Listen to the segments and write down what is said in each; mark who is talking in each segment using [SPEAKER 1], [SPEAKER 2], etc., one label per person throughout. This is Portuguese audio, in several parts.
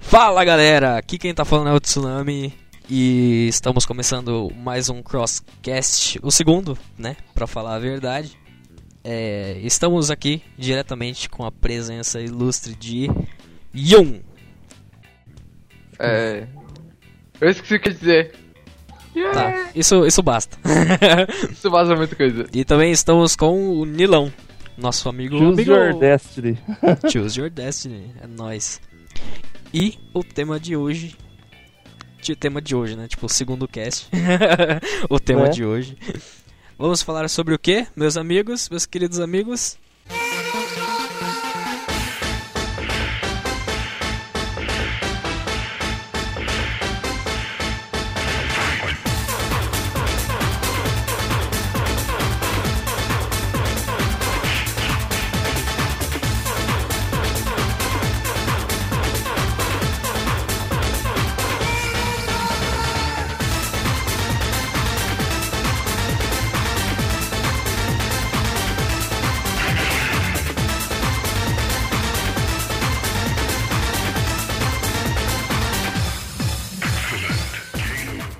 [SPEAKER 1] Fala galera, aqui quem tá falando é o Tsunami e estamos começando mais um Crosscast, o segundo, né, pra falar a verdade. É, estamos aqui diretamente com a presença ilustre de Yun.
[SPEAKER 2] É. Eu esqueci o que eu ia dizer.
[SPEAKER 1] Tá, isso, isso basta.
[SPEAKER 2] Isso vaza muita coisa.
[SPEAKER 1] e também estamos com o Nilão, nosso amigo.
[SPEAKER 3] Choose
[SPEAKER 1] amigo...
[SPEAKER 3] your destiny.
[SPEAKER 1] Choose your destiny, é nóis. E o tema de hoje. ti- Tema de hoje, né? Tipo, o segundo cast. o tema
[SPEAKER 3] É.
[SPEAKER 1] de hoje. Vamos falar sobre o que, meus amigos, meus queridos amigos?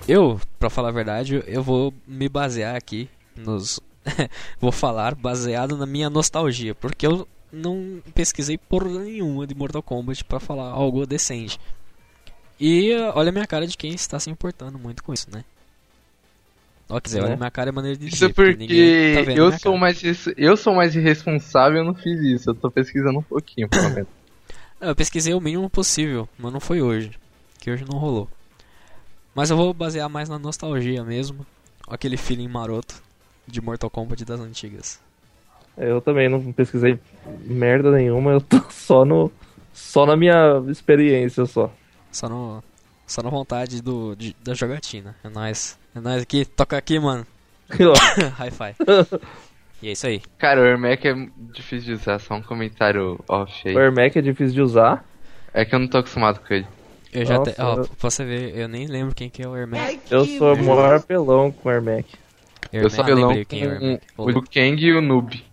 [SPEAKER 1] Eu, pra falar a verdade, eu vou me basear aqui nos. vou falar baseado na minha nostalgia, porque eu não pesquisei porra nenhuma de Mortal Kombat pra falar algo decente. E eh, olha a minha cara de quem está se importando muito com isso, né? Ó, quer dizer,
[SPEAKER 3] É.
[SPEAKER 1] olha a minha cara é maneira de
[SPEAKER 2] Isso
[SPEAKER 1] dizer.
[SPEAKER 2] é porque
[SPEAKER 1] ninguém tá vendo
[SPEAKER 2] eu
[SPEAKER 1] minha
[SPEAKER 2] sou
[SPEAKER 1] cara.
[SPEAKER 2] mais irres- eu sou mais irresponsável, eu não fiz isso. Eu tô pesquisando um pouquinho, pelo menos.
[SPEAKER 1] Ah, Eu pesquisei o mínimo possível, mas não foi hoje. Que hoje não rolou. Mas eu vou basear mais na nostalgia mesmo. Aquele feeling maroto de Mortal Kombat das antigas.
[SPEAKER 3] É, Eu também não pesquisei merda nenhuma, eu tô só no. Só na minha experiência só.
[SPEAKER 1] Só no. Só na vontade do, de- da jogatina. É nóis. É nóis aqui. Toca aqui, mano. Hi-fi. E é isso aí.
[SPEAKER 2] Cara, o Ermac é difícil de usar, só um comentário off
[SPEAKER 3] o
[SPEAKER 2] aí.
[SPEAKER 3] Ermac é difícil de usar.
[SPEAKER 2] É que eu não tô acostumado com ele.
[SPEAKER 1] Eu já
[SPEAKER 3] Nossa,
[SPEAKER 1] até. Ó,
[SPEAKER 3] eu-
[SPEAKER 1] pra você ver, eu nem lembro quem que é o Herman.
[SPEAKER 3] Né? Eu sou o maior pelão com o Ermac.
[SPEAKER 2] Eu sou pelão
[SPEAKER 1] lembrei quem é o
[SPEAKER 2] com
[SPEAKER 3] Um,
[SPEAKER 1] Herman.
[SPEAKER 2] o Liu Kang e o Noob.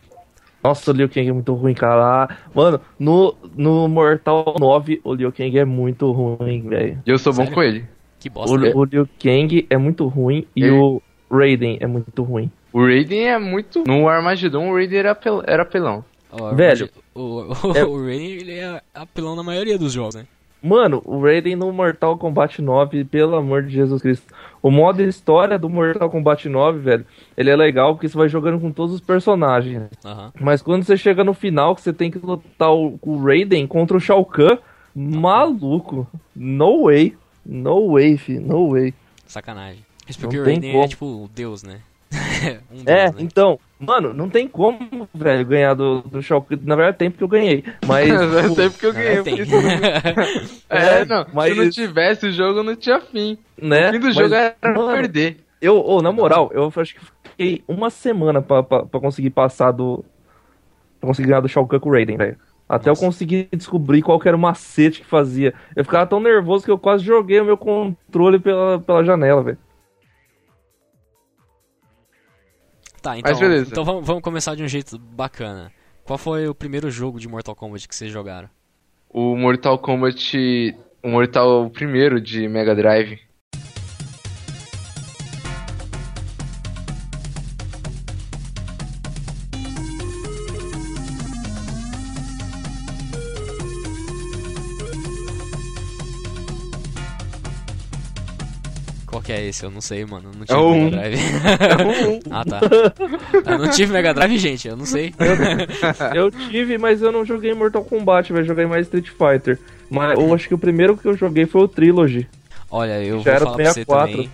[SPEAKER 3] Nossa, o Liu Kang é muito ruim, cara. Ah, Mano, no, no Mortal 9, o Liu Kang é muito ruim, velho.
[SPEAKER 2] E eu sou bom
[SPEAKER 1] Sério?
[SPEAKER 2] com ele.
[SPEAKER 1] Que
[SPEAKER 3] O,
[SPEAKER 1] bosta. né?
[SPEAKER 3] o Liu Kang é muito ruim e
[SPEAKER 2] Ele-
[SPEAKER 3] o Raiden é muito ruim.
[SPEAKER 2] O Raiden é muito. No Armageddon, o Raiden era, pel... era pelão.
[SPEAKER 1] Ó,
[SPEAKER 3] velho,
[SPEAKER 1] O, o,
[SPEAKER 3] é-
[SPEAKER 1] o Rain, ele é apelão na maioria dos jogos, né?
[SPEAKER 3] Mano, o Raiden no Mortal Kombat 9, pelo amor de Jesus Cristo. O modo história do Mortal Kombat 9, velho, ele é legal porque você vai jogando com todos os personagens.
[SPEAKER 1] Aham.
[SPEAKER 3] Mas quando você chega no final, que você tem que lutar o, o Raiden contra o Shao Kahn, maluco. No way. No way, fi. No way.
[SPEAKER 1] Sacanagem. Isso
[SPEAKER 3] Não
[SPEAKER 1] porque o
[SPEAKER 3] tem
[SPEAKER 1] Raiden é
[SPEAKER 3] como.
[SPEAKER 1] tipo um deus, né? um deus,
[SPEAKER 3] É,
[SPEAKER 1] né?
[SPEAKER 3] então, mano, não tem como, velho, ganhar do, do Shao Kahn. Na verdade, tem porque eu ganhei.
[SPEAKER 2] É
[SPEAKER 3] Mas.
[SPEAKER 2] eu sei porque eu
[SPEAKER 1] Não,
[SPEAKER 2] ganhei.
[SPEAKER 1] tem.
[SPEAKER 2] porque se não-
[SPEAKER 3] né?
[SPEAKER 2] É, não.
[SPEAKER 3] mas-
[SPEAKER 2] Se não tivesse o jogo, não tinha fim.
[SPEAKER 3] né?
[SPEAKER 2] O fim do
[SPEAKER 3] mas,
[SPEAKER 2] jogo era
[SPEAKER 3] mano,
[SPEAKER 2] perder.
[SPEAKER 3] Eu, ô, na moral, eu acho que fiquei uma semana pra, pra, pra conseguir passar do. Pra conseguir ganhar do Shao Kahn com o Raiden, velho. Até
[SPEAKER 1] Nossa.
[SPEAKER 3] eu conseguir descobrir qual que era o macete que fazia. Eu ficava tão nervoso que eu quase joguei o meu controle pela, pela janela, velho.
[SPEAKER 1] Tá, então,
[SPEAKER 2] Mas beleza.
[SPEAKER 1] então vamos, vamos começar de um jeito bacana. Qual foi o primeiro jogo de Mortal Kombat que vocês jogaram?
[SPEAKER 2] O Mortal Kombat. O Mortal primeiro de Mega Drive.
[SPEAKER 1] Qual que é esse? Eu não sei, mano. Eu não tive
[SPEAKER 2] É o
[SPEAKER 1] Mega
[SPEAKER 2] um.
[SPEAKER 1] Drive.
[SPEAKER 3] É um.
[SPEAKER 1] ah, tá. Eu não tive Mega Drive, gente. Eu não sei. É.
[SPEAKER 3] Eu tive, mas eu não joguei Mortal Kombat, velho. Joguei mais Street Fighter. Mas eu acho que o primeiro que eu joguei foi o Trilogy.
[SPEAKER 1] Olha, eu
[SPEAKER 3] Já
[SPEAKER 1] vou
[SPEAKER 3] era
[SPEAKER 1] falar pra você
[SPEAKER 3] 64.
[SPEAKER 1] também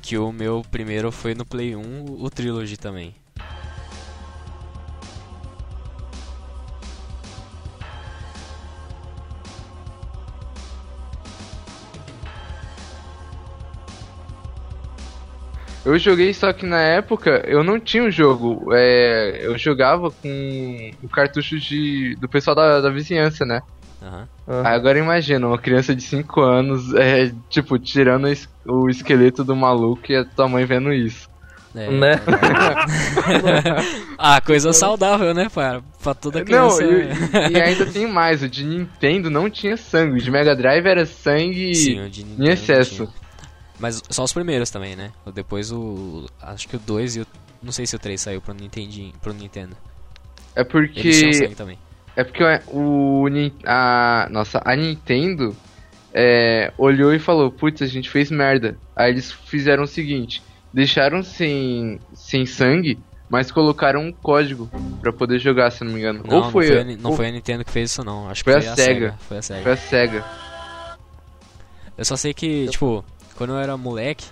[SPEAKER 1] que o meu primeiro foi no Play 1, o Trilogy também.
[SPEAKER 2] Eu joguei, só que na época eu não tinha o jogo. É, eu jogava com o cartucho de, do pessoal da, da vizinhança, né?
[SPEAKER 1] Aham.
[SPEAKER 2] Aí agora imagina, uma criança de 5 anos, é, tipo, tirando es- o esqueleto do maluco e a tua mãe vendo isso.
[SPEAKER 1] É.
[SPEAKER 3] Né?
[SPEAKER 1] Ah, coisa saudável, né, para pra toda
[SPEAKER 2] Não,
[SPEAKER 1] criança. né?
[SPEAKER 2] e, e ainda tem mais, o de Nintendo não tinha sangue, o de Mega Drive era sangue
[SPEAKER 1] Sim, o de
[SPEAKER 2] em
[SPEAKER 1] Nintendo
[SPEAKER 2] excesso.
[SPEAKER 1] tinha. Mas só os primeiros também, né? O- Depois o. Acho que o 2 e o. Não sei se o 3 saiu pro, Nintendinho, pro Nintendo.
[SPEAKER 2] É
[SPEAKER 1] Eles tinham
[SPEAKER 2] porque.
[SPEAKER 1] sangue também.
[SPEAKER 2] É porque o. Nin- A, nossa, a Nintendo é, olhou e falou: putz, a gente fez merda. Aí eles fizeram o seguinte: deixaram sem, sem sangue, mas colocaram um código pra poder jogar, se não me engano.
[SPEAKER 1] Não,
[SPEAKER 2] Ou foi,
[SPEAKER 1] não, foi a, Ni- não
[SPEAKER 2] ou
[SPEAKER 1] foi a Nintendo que fez isso, não. Acho
[SPEAKER 2] Foi
[SPEAKER 1] que
[SPEAKER 2] a
[SPEAKER 1] foi a
[SPEAKER 2] Sega.
[SPEAKER 1] SEGA. Foi a SEGA.
[SPEAKER 2] foi a SEGA.
[SPEAKER 1] Eu só sei que, tipo, quando eu era moleque,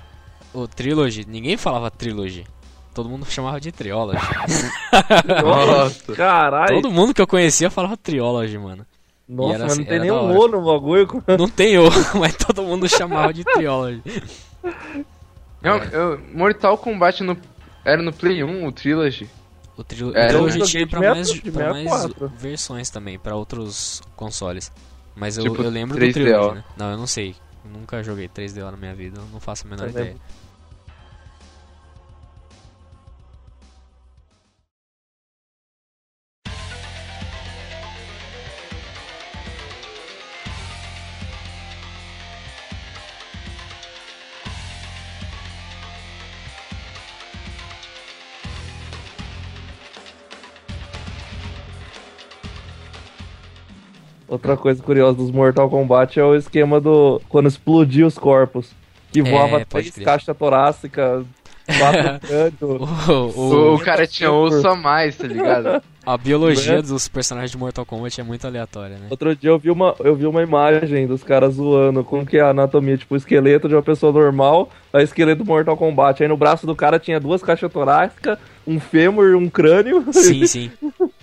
[SPEAKER 1] o Trilogy, ninguém falava Trilogy. Todo mundo chamava de Triology.
[SPEAKER 2] Nossa.
[SPEAKER 3] Caralho.
[SPEAKER 1] Todo mundo que eu conhecia falava Triology, mano.
[SPEAKER 3] Nossa,
[SPEAKER 1] era
[SPEAKER 3] mas
[SPEAKER 1] assim,
[SPEAKER 3] não tem
[SPEAKER 1] era
[SPEAKER 3] nem
[SPEAKER 1] da
[SPEAKER 3] um
[SPEAKER 1] hora.
[SPEAKER 3] O no bagulho.
[SPEAKER 1] Não tem eu, mas todo mundo chamava de Triology.
[SPEAKER 2] Não,
[SPEAKER 1] É.
[SPEAKER 2] eu- Mortal Kombat no, era no Play 1, o Trilogy.
[SPEAKER 1] O Trilo
[SPEAKER 2] É,
[SPEAKER 1] Trilogy
[SPEAKER 3] eu joguei
[SPEAKER 1] tinha
[SPEAKER 3] de
[SPEAKER 1] pra
[SPEAKER 3] 64,
[SPEAKER 1] mais,
[SPEAKER 3] de
[SPEAKER 1] pra mais
[SPEAKER 3] 64.
[SPEAKER 1] versões também, pra outros consoles. Mas eu,
[SPEAKER 2] Tipo
[SPEAKER 1] eu lembro do
[SPEAKER 2] 3DO.
[SPEAKER 1] Trilogy, né? Não, eu não sei. Nunca joguei 3DO na minha vida, eu não faço a menor
[SPEAKER 3] Eu
[SPEAKER 1] ideia.
[SPEAKER 3] lembro. Outra coisa curiosa dos Mortal Kombat é o esquema do. Quando explodia os corpos. Que voava
[SPEAKER 1] É, pode
[SPEAKER 3] três
[SPEAKER 1] crer.
[SPEAKER 3] caixas torácicas, quatro cantos.
[SPEAKER 1] O- o-
[SPEAKER 2] O, cara tinha osso a mais, tá ligado?
[SPEAKER 1] a biologia
[SPEAKER 3] Né?
[SPEAKER 1] dos personagens de Mortal Kombat é muito aleatória, né?
[SPEAKER 3] Outro dia eu vi uma, eu vi uma imagem dos caras zoando como que é a anatomia, tipo, o esqueleto de uma pessoa normal, a esqueleto do Mortal Kombat. Aí no braço do cara tinha duas caixas torácicas, um fêmur e um crânio.
[SPEAKER 1] Sim, sim.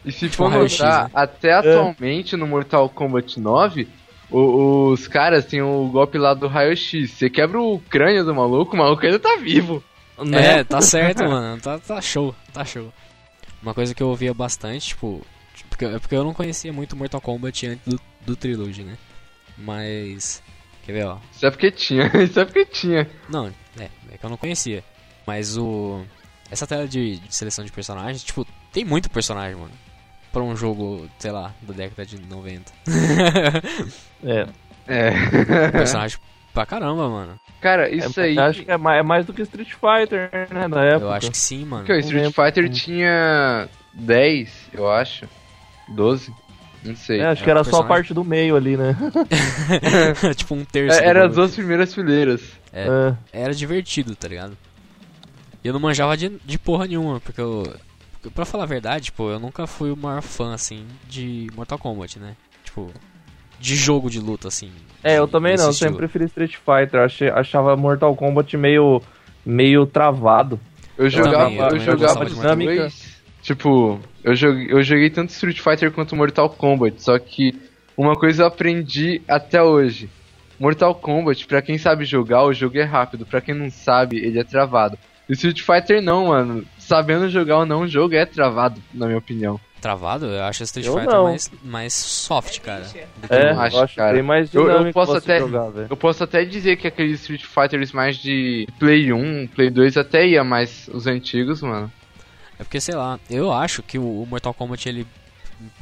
[SPEAKER 2] E se
[SPEAKER 1] Tipo
[SPEAKER 2] for
[SPEAKER 1] raio-x,
[SPEAKER 2] notar,
[SPEAKER 1] né?
[SPEAKER 3] É.
[SPEAKER 2] até atualmente no Mortal Kombat 9, o- os caras têm o golpe lá do raio-x. Você quebra o crânio do maluco, o maluco ainda tá vivo.
[SPEAKER 1] É, tá certo, mano. Tá, tá show, tá show. Uma coisa que eu ouvia bastante, tipo. Porque, é porque eu não conhecia muito Mortal Kombat antes do, do Trilogy, né? Mas. Quer ver, ó.
[SPEAKER 2] Isso é porque tinha, isso é porque tinha.
[SPEAKER 1] Não, é, é que eu não conhecia. Mas o. Essa tela de, de seleção de personagens, tipo, tem muito personagem, mano. Pra um jogo, sei lá, da década de 90.
[SPEAKER 3] É.
[SPEAKER 2] É.
[SPEAKER 1] personagem pra caramba, mano.
[SPEAKER 2] Cara, isso aí.
[SPEAKER 3] Acho que é mais, é mais do que Street Fighter, né, na época.
[SPEAKER 1] Eu acho que sim, mano.
[SPEAKER 2] que o Street Fighter tinha 10, eu acho. 12? Não sei.
[SPEAKER 3] É, acho que era só a
[SPEAKER 1] um Personagem.
[SPEAKER 3] parte do meio ali, né?
[SPEAKER 1] tipo, um terço.
[SPEAKER 2] É,
[SPEAKER 1] do
[SPEAKER 2] era
[SPEAKER 1] bagulho.
[SPEAKER 2] as duas primeiras fileiras.
[SPEAKER 1] É.
[SPEAKER 3] É.
[SPEAKER 1] era divertido, tá ligado? E eu não manjava de, de porra nenhuma, porque eu. porque, Pra falar a verdade, tipo, eu nunca fui o maior fã, assim, de Mortal Kombat, né? Tipo, de jogo de luta, assim.
[SPEAKER 3] É, eu
[SPEAKER 1] de-
[SPEAKER 3] também
[SPEAKER 1] desse
[SPEAKER 3] não,
[SPEAKER 1] estilo.
[SPEAKER 3] sempre preferi Street Fighter, achei, achava Mortal Kombat meio, meio travado.
[SPEAKER 2] Eu jogava,
[SPEAKER 1] também, eu
[SPEAKER 2] eu
[SPEAKER 1] também
[SPEAKER 2] jogava
[SPEAKER 1] gostava
[SPEAKER 2] de
[SPEAKER 1] de
[SPEAKER 3] Mortal Kombat.
[SPEAKER 2] dois. Tipo, eu joguei, eu joguei tanto Street Fighter quanto Mortal Kombat, só que uma coisa eu aprendi até hoje. Mortal Kombat, pra quem sabe jogar, o jogo é rápido, pra quem não sabe, ele é travado. E Street Fighter não, mano. Sabendo jogar ou não, o jogo é travado, na minha opinião.
[SPEAKER 1] Travado, eu acho Street
[SPEAKER 3] Eu
[SPEAKER 1] Fighter
[SPEAKER 3] não.
[SPEAKER 1] mais, mais soft, cara. do que
[SPEAKER 3] É,
[SPEAKER 1] o-
[SPEAKER 2] acho,
[SPEAKER 3] eu acho
[SPEAKER 2] cara.
[SPEAKER 3] bem mais
[SPEAKER 2] Eu- eu
[SPEAKER 3] dinâmico
[SPEAKER 2] posso
[SPEAKER 3] você
[SPEAKER 2] até-
[SPEAKER 3] jogar, velho.
[SPEAKER 2] Eu posso até dizer que aqueles Street Fighters mais de Play 1, Play 2 até ia, mas os antigos, mano.
[SPEAKER 1] É porque, sei lá, eu acho que o o Mortal Kombat ele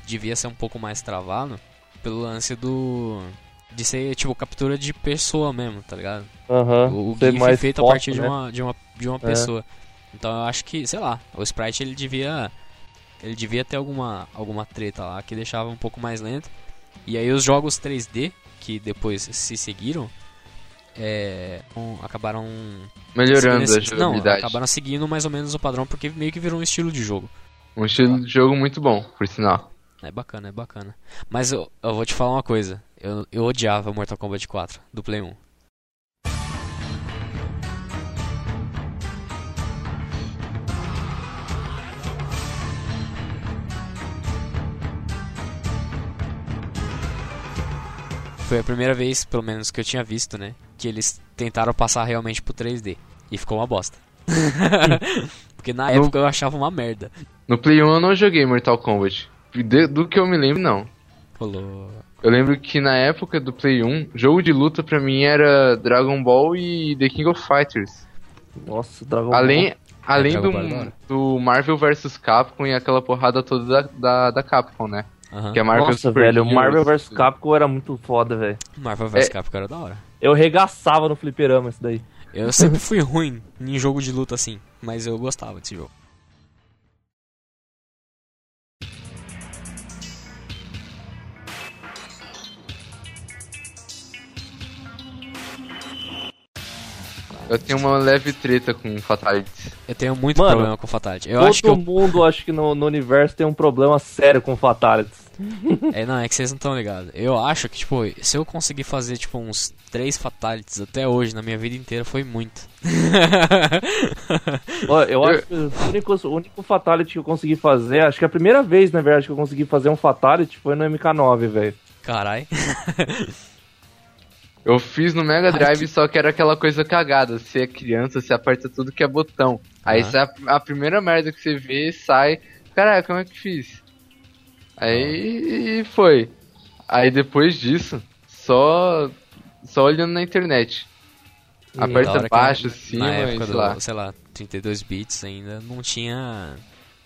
[SPEAKER 1] devia ser um pouco mais travado pelo lance do. De ser, tipo, captura de pessoa mesmo, tá ligado?
[SPEAKER 3] Aham,
[SPEAKER 1] O, o
[SPEAKER 3] Ah, ser
[SPEAKER 1] GIF é
[SPEAKER 3] mais
[SPEAKER 1] feito
[SPEAKER 3] foto,
[SPEAKER 1] a partir de,
[SPEAKER 3] né?
[SPEAKER 1] uma, de uma, de uma
[SPEAKER 3] É.
[SPEAKER 1] pessoa. Então eu acho que, sei lá, o Sprite ele devia. Ele devia ter alguma, alguma treta lá que deixava um pouco mais lento. E aí os jogos 3D, que depois se seguiram, é, um- acabaram.
[SPEAKER 2] Melhorando a
[SPEAKER 1] seguindo esse- Não,
[SPEAKER 2] jogabilidade.
[SPEAKER 1] acabaram seguindo mais ou menos o padrão, porque meio que virou um estilo de jogo.
[SPEAKER 2] Um estilo de jogo muito bom, por sinal.
[SPEAKER 1] É bacana, é bacana. Mas eu, eu vou te falar uma coisa. Eu, eu odiava Mortal Kombat 4 do Play 1. Foi a primeira vez, pelo menos, que eu tinha visto, né? Que eles tentaram passar realmente pro 3D. E ficou uma bosta. Porque na
[SPEAKER 2] No-
[SPEAKER 1] época eu achava uma merda.
[SPEAKER 2] um No Play 1 eu não joguei Mortal Kombat. De- do que eu me lembro, não.
[SPEAKER 1] Colou.
[SPEAKER 2] Eu lembro que na época do Play 1, jogo de luta pra mim era Dragon Ball e The King of Fighters.
[SPEAKER 3] Nossa, Dragon
[SPEAKER 2] Além, além
[SPEAKER 1] Dragon
[SPEAKER 3] é
[SPEAKER 1] Ball
[SPEAKER 2] do,
[SPEAKER 1] agora.
[SPEAKER 2] do Marvel vs Capcom e aquela porrada toda da, da, da Capcom, né?
[SPEAKER 1] Aham.
[SPEAKER 2] Que é Marvel
[SPEAKER 3] Nossa,
[SPEAKER 2] Super
[SPEAKER 3] velho, o
[SPEAKER 2] Heroes.
[SPEAKER 3] Marvel vs Capcom era muito foda, velho.
[SPEAKER 1] Marvel vs
[SPEAKER 2] É.
[SPEAKER 1] Capcom era da hora.
[SPEAKER 3] Eu regaçava no fliperama isso daí.
[SPEAKER 1] Eu sempre fui ruim em jogo de luta assim, mas eu gostava desse jogo.
[SPEAKER 2] Eu tenho uma leve treta com Fatalities.
[SPEAKER 1] Eu tenho muito
[SPEAKER 3] Mano,
[SPEAKER 1] problema com Fatality. Eu
[SPEAKER 3] Todo
[SPEAKER 1] acho que eu...
[SPEAKER 3] mundo, acho que no, no universo tem um problema sério com Fatalities.
[SPEAKER 1] É, não, é que vocês não estão ligados. Eu acho que, tipo, se eu conseguir fazer, tipo, uns três Fatalities até hoje, na minha vida inteira, foi muito.
[SPEAKER 3] Ó, eu acho que o único, o único Fatality que eu consegui fazer, acho que a primeira vez, na verdade, que eu consegui fazer um Fatality foi no MK9, velho.
[SPEAKER 1] Carai.
[SPEAKER 2] Eu fiz no Mega
[SPEAKER 1] Ai,
[SPEAKER 2] Drive,
[SPEAKER 1] que-
[SPEAKER 2] só que era aquela coisa cagada. Você é criança, você aperta tudo que é botão. Aí
[SPEAKER 1] Aham.
[SPEAKER 2] sai a, a primeira merda que você vê, sai. Caraca, como é que fiz? Aí e foi. Aí depois disso, só só olhando na internet.
[SPEAKER 1] Hum, Da
[SPEAKER 2] Aperta
[SPEAKER 1] hora que
[SPEAKER 2] baixo,
[SPEAKER 1] na-
[SPEAKER 2] cima,
[SPEAKER 1] Na época
[SPEAKER 2] sei
[SPEAKER 1] do,
[SPEAKER 2] lá.
[SPEAKER 1] sei lá, 32 bits ainda, não tinha...